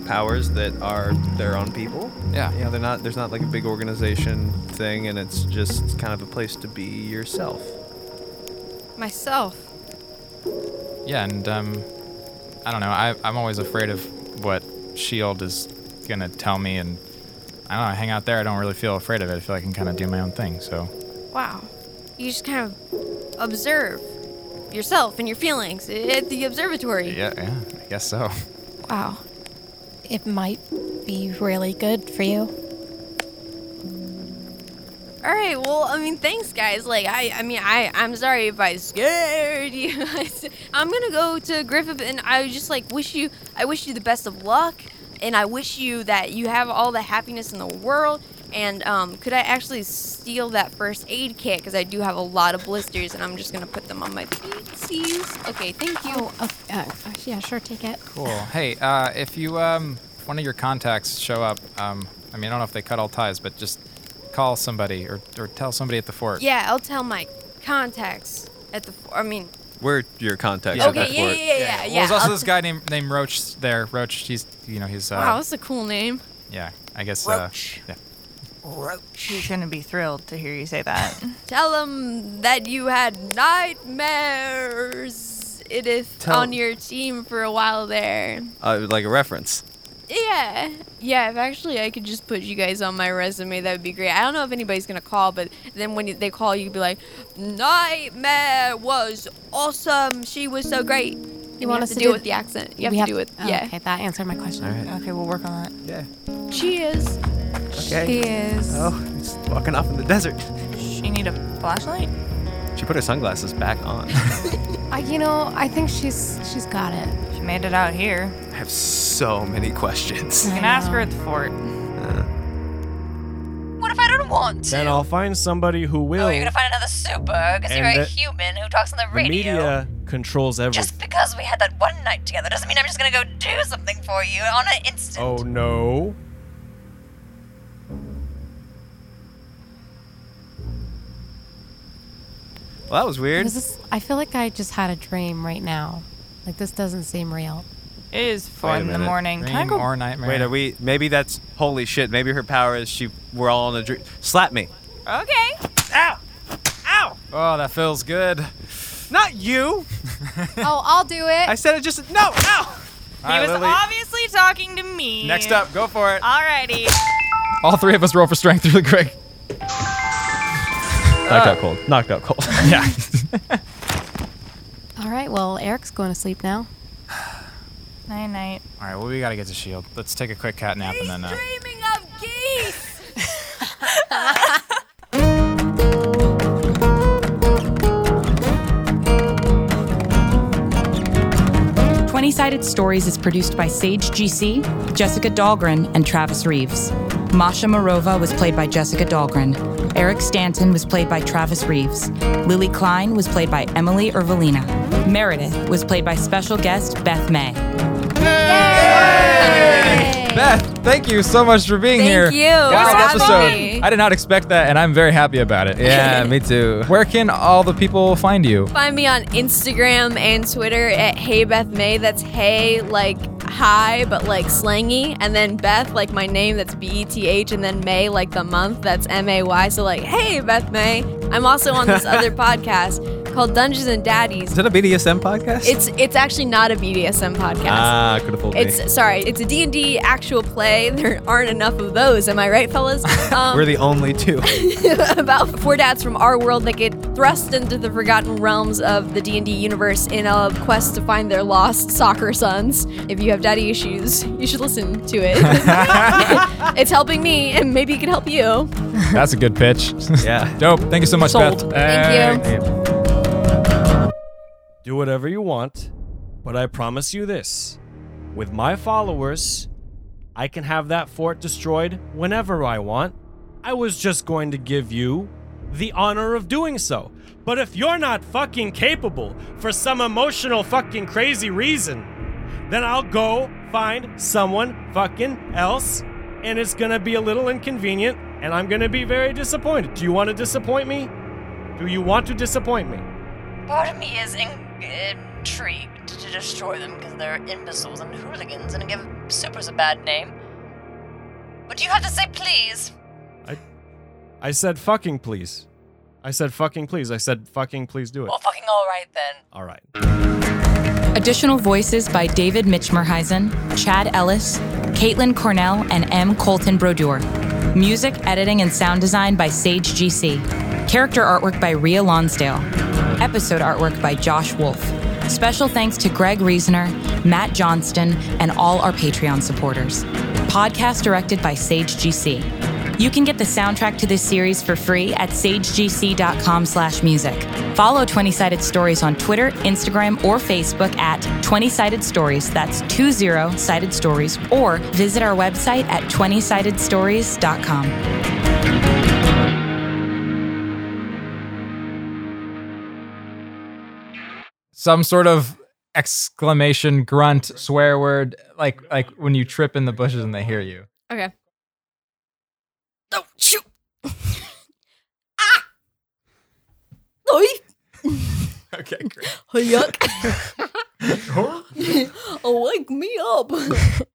[SPEAKER 9] powers that are their own people.
[SPEAKER 1] Yeah.
[SPEAKER 9] You know, they're not. There's not like a big organization thing, and it's just kind of a place to be yourself.
[SPEAKER 12] Myself.
[SPEAKER 1] Yeah, and um, I don't know. I, I'm always afraid of what Shield E is gonna tell me, and I don't know. I hang out there. I don't really feel afraid of it. I feel like I can kind of do my own thing. So
[SPEAKER 12] Wow. You just kind of observe yourself and your feelings at the observatory.
[SPEAKER 1] yeah, yeah, I guess so.
[SPEAKER 12] Wow.
[SPEAKER 10] It might be really good for you.
[SPEAKER 12] All right. Well, I mean, thanks, guys. Like, I, I mean, I, I'm sorry if I scared you. I'm gonna go to Griffith, and I just like wish you, I wish you the best of luck, and I wish you that you have all the happiness in the world. And um, could I actually steal that first aid kit? Because I do have a lot of blisters, and I'm just gonna put them on my feetsies. Okay. Thank you.
[SPEAKER 10] Oh, okay. uh, uh, yeah, sure, take it.
[SPEAKER 1] Cool. Hey, uh, if you um, if one of your contacts show up, um, I mean, I don't know if they cut all ties, but just call somebody or, or tell somebody at the fort.
[SPEAKER 12] Yeah, I'll tell my contacts at the. I mean,
[SPEAKER 9] We're your contacts.
[SPEAKER 1] Yeah,
[SPEAKER 9] at the
[SPEAKER 12] okay. Yeah, yeah,
[SPEAKER 9] fort.
[SPEAKER 12] yeah, yeah. yeah.
[SPEAKER 1] Well, there's also
[SPEAKER 12] I'll-
[SPEAKER 1] this guy named named Roach there. Roach, he's you know he's uh,
[SPEAKER 12] wow, that's a cool name.
[SPEAKER 1] yeah, I guess.
[SPEAKER 12] Roach.
[SPEAKER 1] Uh, yeah.
[SPEAKER 12] Roach.
[SPEAKER 7] He's gonna be thrilled to hear you say that.
[SPEAKER 12] Tell them that you had nightmares, Edith,
[SPEAKER 9] Tell-
[SPEAKER 12] on your team for a while there.
[SPEAKER 9] Uh, like a reference.
[SPEAKER 12] Yeah. Yeah, if actually I could just put you guys on my resume, that would be great. I don't know if anybody's going to call, but then when they call, you'd be like, Nightmare was awesome. She was so great. And You
[SPEAKER 10] want
[SPEAKER 12] have
[SPEAKER 10] us
[SPEAKER 12] to
[SPEAKER 10] to
[SPEAKER 12] deal
[SPEAKER 10] do-
[SPEAKER 12] with the accent. You have
[SPEAKER 10] we
[SPEAKER 12] to
[SPEAKER 10] have-
[SPEAKER 12] do it.
[SPEAKER 10] oh,
[SPEAKER 12] yeah.
[SPEAKER 10] okay, that answered my question.
[SPEAKER 7] Okay, we'll work on that.
[SPEAKER 9] Yeah.
[SPEAKER 12] Cheers.
[SPEAKER 9] Okay.
[SPEAKER 10] Cheers.
[SPEAKER 9] Oh, just walking off in the desert.
[SPEAKER 7] You need a flashlight?
[SPEAKER 9] She put her sunglasses back on.
[SPEAKER 10] I, you know, I think she's she's got it.
[SPEAKER 7] She made it out here.
[SPEAKER 9] I have so many questions.
[SPEAKER 7] You can ask her at the fort.
[SPEAKER 6] What if I don't want to?
[SPEAKER 5] Then I'll find somebody who will.
[SPEAKER 6] Oh, you're gonna find another super because you're
[SPEAKER 5] And
[SPEAKER 6] a
[SPEAKER 5] the-
[SPEAKER 6] human who talks on the
[SPEAKER 5] the
[SPEAKER 6] radio.
[SPEAKER 5] media controls everything.
[SPEAKER 6] Just because we had that one night together doesn't mean I'm just gonna go do something for you on an instant.
[SPEAKER 5] Oh no.
[SPEAKER 9] Well, that was weird.
[SPEAKER 10] Is this- I feel like I just had a dream right now. Like this doesn't seem real.
[SPEAKER 7] It is four
[SPEAKER 9] Wait a
[SPEAKER 7] in the
[SPEAKER 9] minute.
[SPEAKER 7] morning. Can I go?
[SPEAKER 9] Wait, are we? Maybe that's holy shit. Maybe her power is she. We're all on a dream. Slap me.
[SPEAKER 7] Okay.
[SPEAKER 9] Ow! Ow!
[SPEAKER 1] Oh, that feels good.
[SPEAKER 9] Not you.
[SPEAKER 10] oh, I'll do it.
[SPEAKER 9] I said it just. No. Ow!
[SPEAKER 7] He was obviously talking to me.
[SPEAKER 1] Next up, go for it.
[SPEAKER 7] Alrighty.
[SPEAKER 1] All three of us roll for strength really quick.
[SPEAKER 5] Knocked out cold. Knocked out cold.
[SPEAKER 1] yeah.
[SPEAKER 10] All right. Well, Eric's going to sleep now.
[SPEAKER 7] Night night.
[SPEAKER 1] All right. Well, we gotta get to shield. Let's take a quick cat nap and then. Uh,
[SPEAKER 18] Dreaming of geese.
[SPEAKER 4] Twenty Sided Stories is produced by Sage GC, Jessica Dahlgren, and Travis Reeves. Masha Morova was played by Jessica Dahlgren. Eric Stanton was played by Travis Reeves. Lily Klein was played by Emily Irvelina. Meredith was played by special guest Beth May.
[SPEAKER 1] Beth, thank you so much for being
[SPEAKER 4] Thank
[SPEAKER 1] here.
[SPEAKER 4] you.
[SPEAKER 1] Wild
[SPEAKER 4] It was
[SPEAKER 1] episode.
[SPEAKER 12] fun.
[SPEAKER 1] I did not expect that, and I'm very happy about it.
[SPEAKER 9] Yeah, me too.
[SPEAKER 1] Where can all the people find you?
[SPEAKER 12] Find me on Instagram and Twitter at Hey Beth May. That's Hey like hi, but like slangy, and then Beth like my name. That's B E T H, and then May like the month. That's M A Y. So like Hey Beth May. I'm also on this other podcast called Dungeons and Daddies.
[SPEAKER 9] Is it a BDSM podcast?
[SPEAKER 12] It's it's actually not a BDSM podcast.
[SPEAKER 9] Ah, could have fooled me.
[SPEAKER 12] it's sorry, it's a D and D actual play. There aren't enough of those. Am I right, fellas? Um,
[SPEAKER 9] We're the only two.
[SPEAKER 12] about four dads from our world that get thrust into the forgotten realms of the D&D universe in a quest to find their lost soccer sons. If you have daddy issues, you should listen to it. it's helping me and maybe it can help you.
[SPEAKER 1] That's a good pitch.
[SPEAKER 9] Yeah.
[SPEAKER 1] Dope. Thank you so much,
[SPEAKER 5] Sold.
[SPEAKER 1] Beth. Uh,
[SPEAKER 12] Thank
[SPEAKER 1] you.
[SPEAKER 5] Do whatever you want, but I promise you this. With my followers, I can have that fort destroyed whenever I want. I was just going to give you the honor of doing so. But if you're not fucking capable for some emotional fucking crazy reason, then I'll go find someone fucking else and it's gonna be a little inconvenient and I'm gonna be very disappointed. Do you wanna disappoint me? Do you want to disappoint me?
[SPEAKER 6] Part of me is in- intrigued to destroy them because they're imbeciles and hooligans and give supers a bad name. But you have to say please.
[SPEAKER 5] I said fucking please. I said fucking please. I said fucking please do it.
[SPEAKER 6] Well, fucking alright then.
[SPEAKER 5] All right.
[SPEAKER 4] Additional voices by David Mitchmerheisen, Chad Ellis, Caitlin Cornell, and M. Colton Brodeur. Music, editing, and sound design by Sage GC. Character artwork by Rhea Lonsdale. Episode artwork by Josh Wolf. Special thanks to Greg Reasoner, Matt Johnston, and all our Patreon supporters. Podcast directed by Sage GC. You can get the soundtrack to this series for free at sagegc.com slash music. Follow 20-Sided Stories on Twitter, Instagram, or Facebook at 20-Sided Stories, that's 20-Sided Stories, or visit our website at 20sidedstories.com.
[SPEAKER 1] Some sort of exclamation, grunt, swear word, like like when you trip in the bushes and they hear you.
[SPEAKER 12] Okay. Oh,
[SPEAKER 18] Don't shoot.
[SPEAKER 12] Ah! Oi.
[SPEAKER 1] Okay, great.
[SPEAKER 12] Yuck. Wake me up.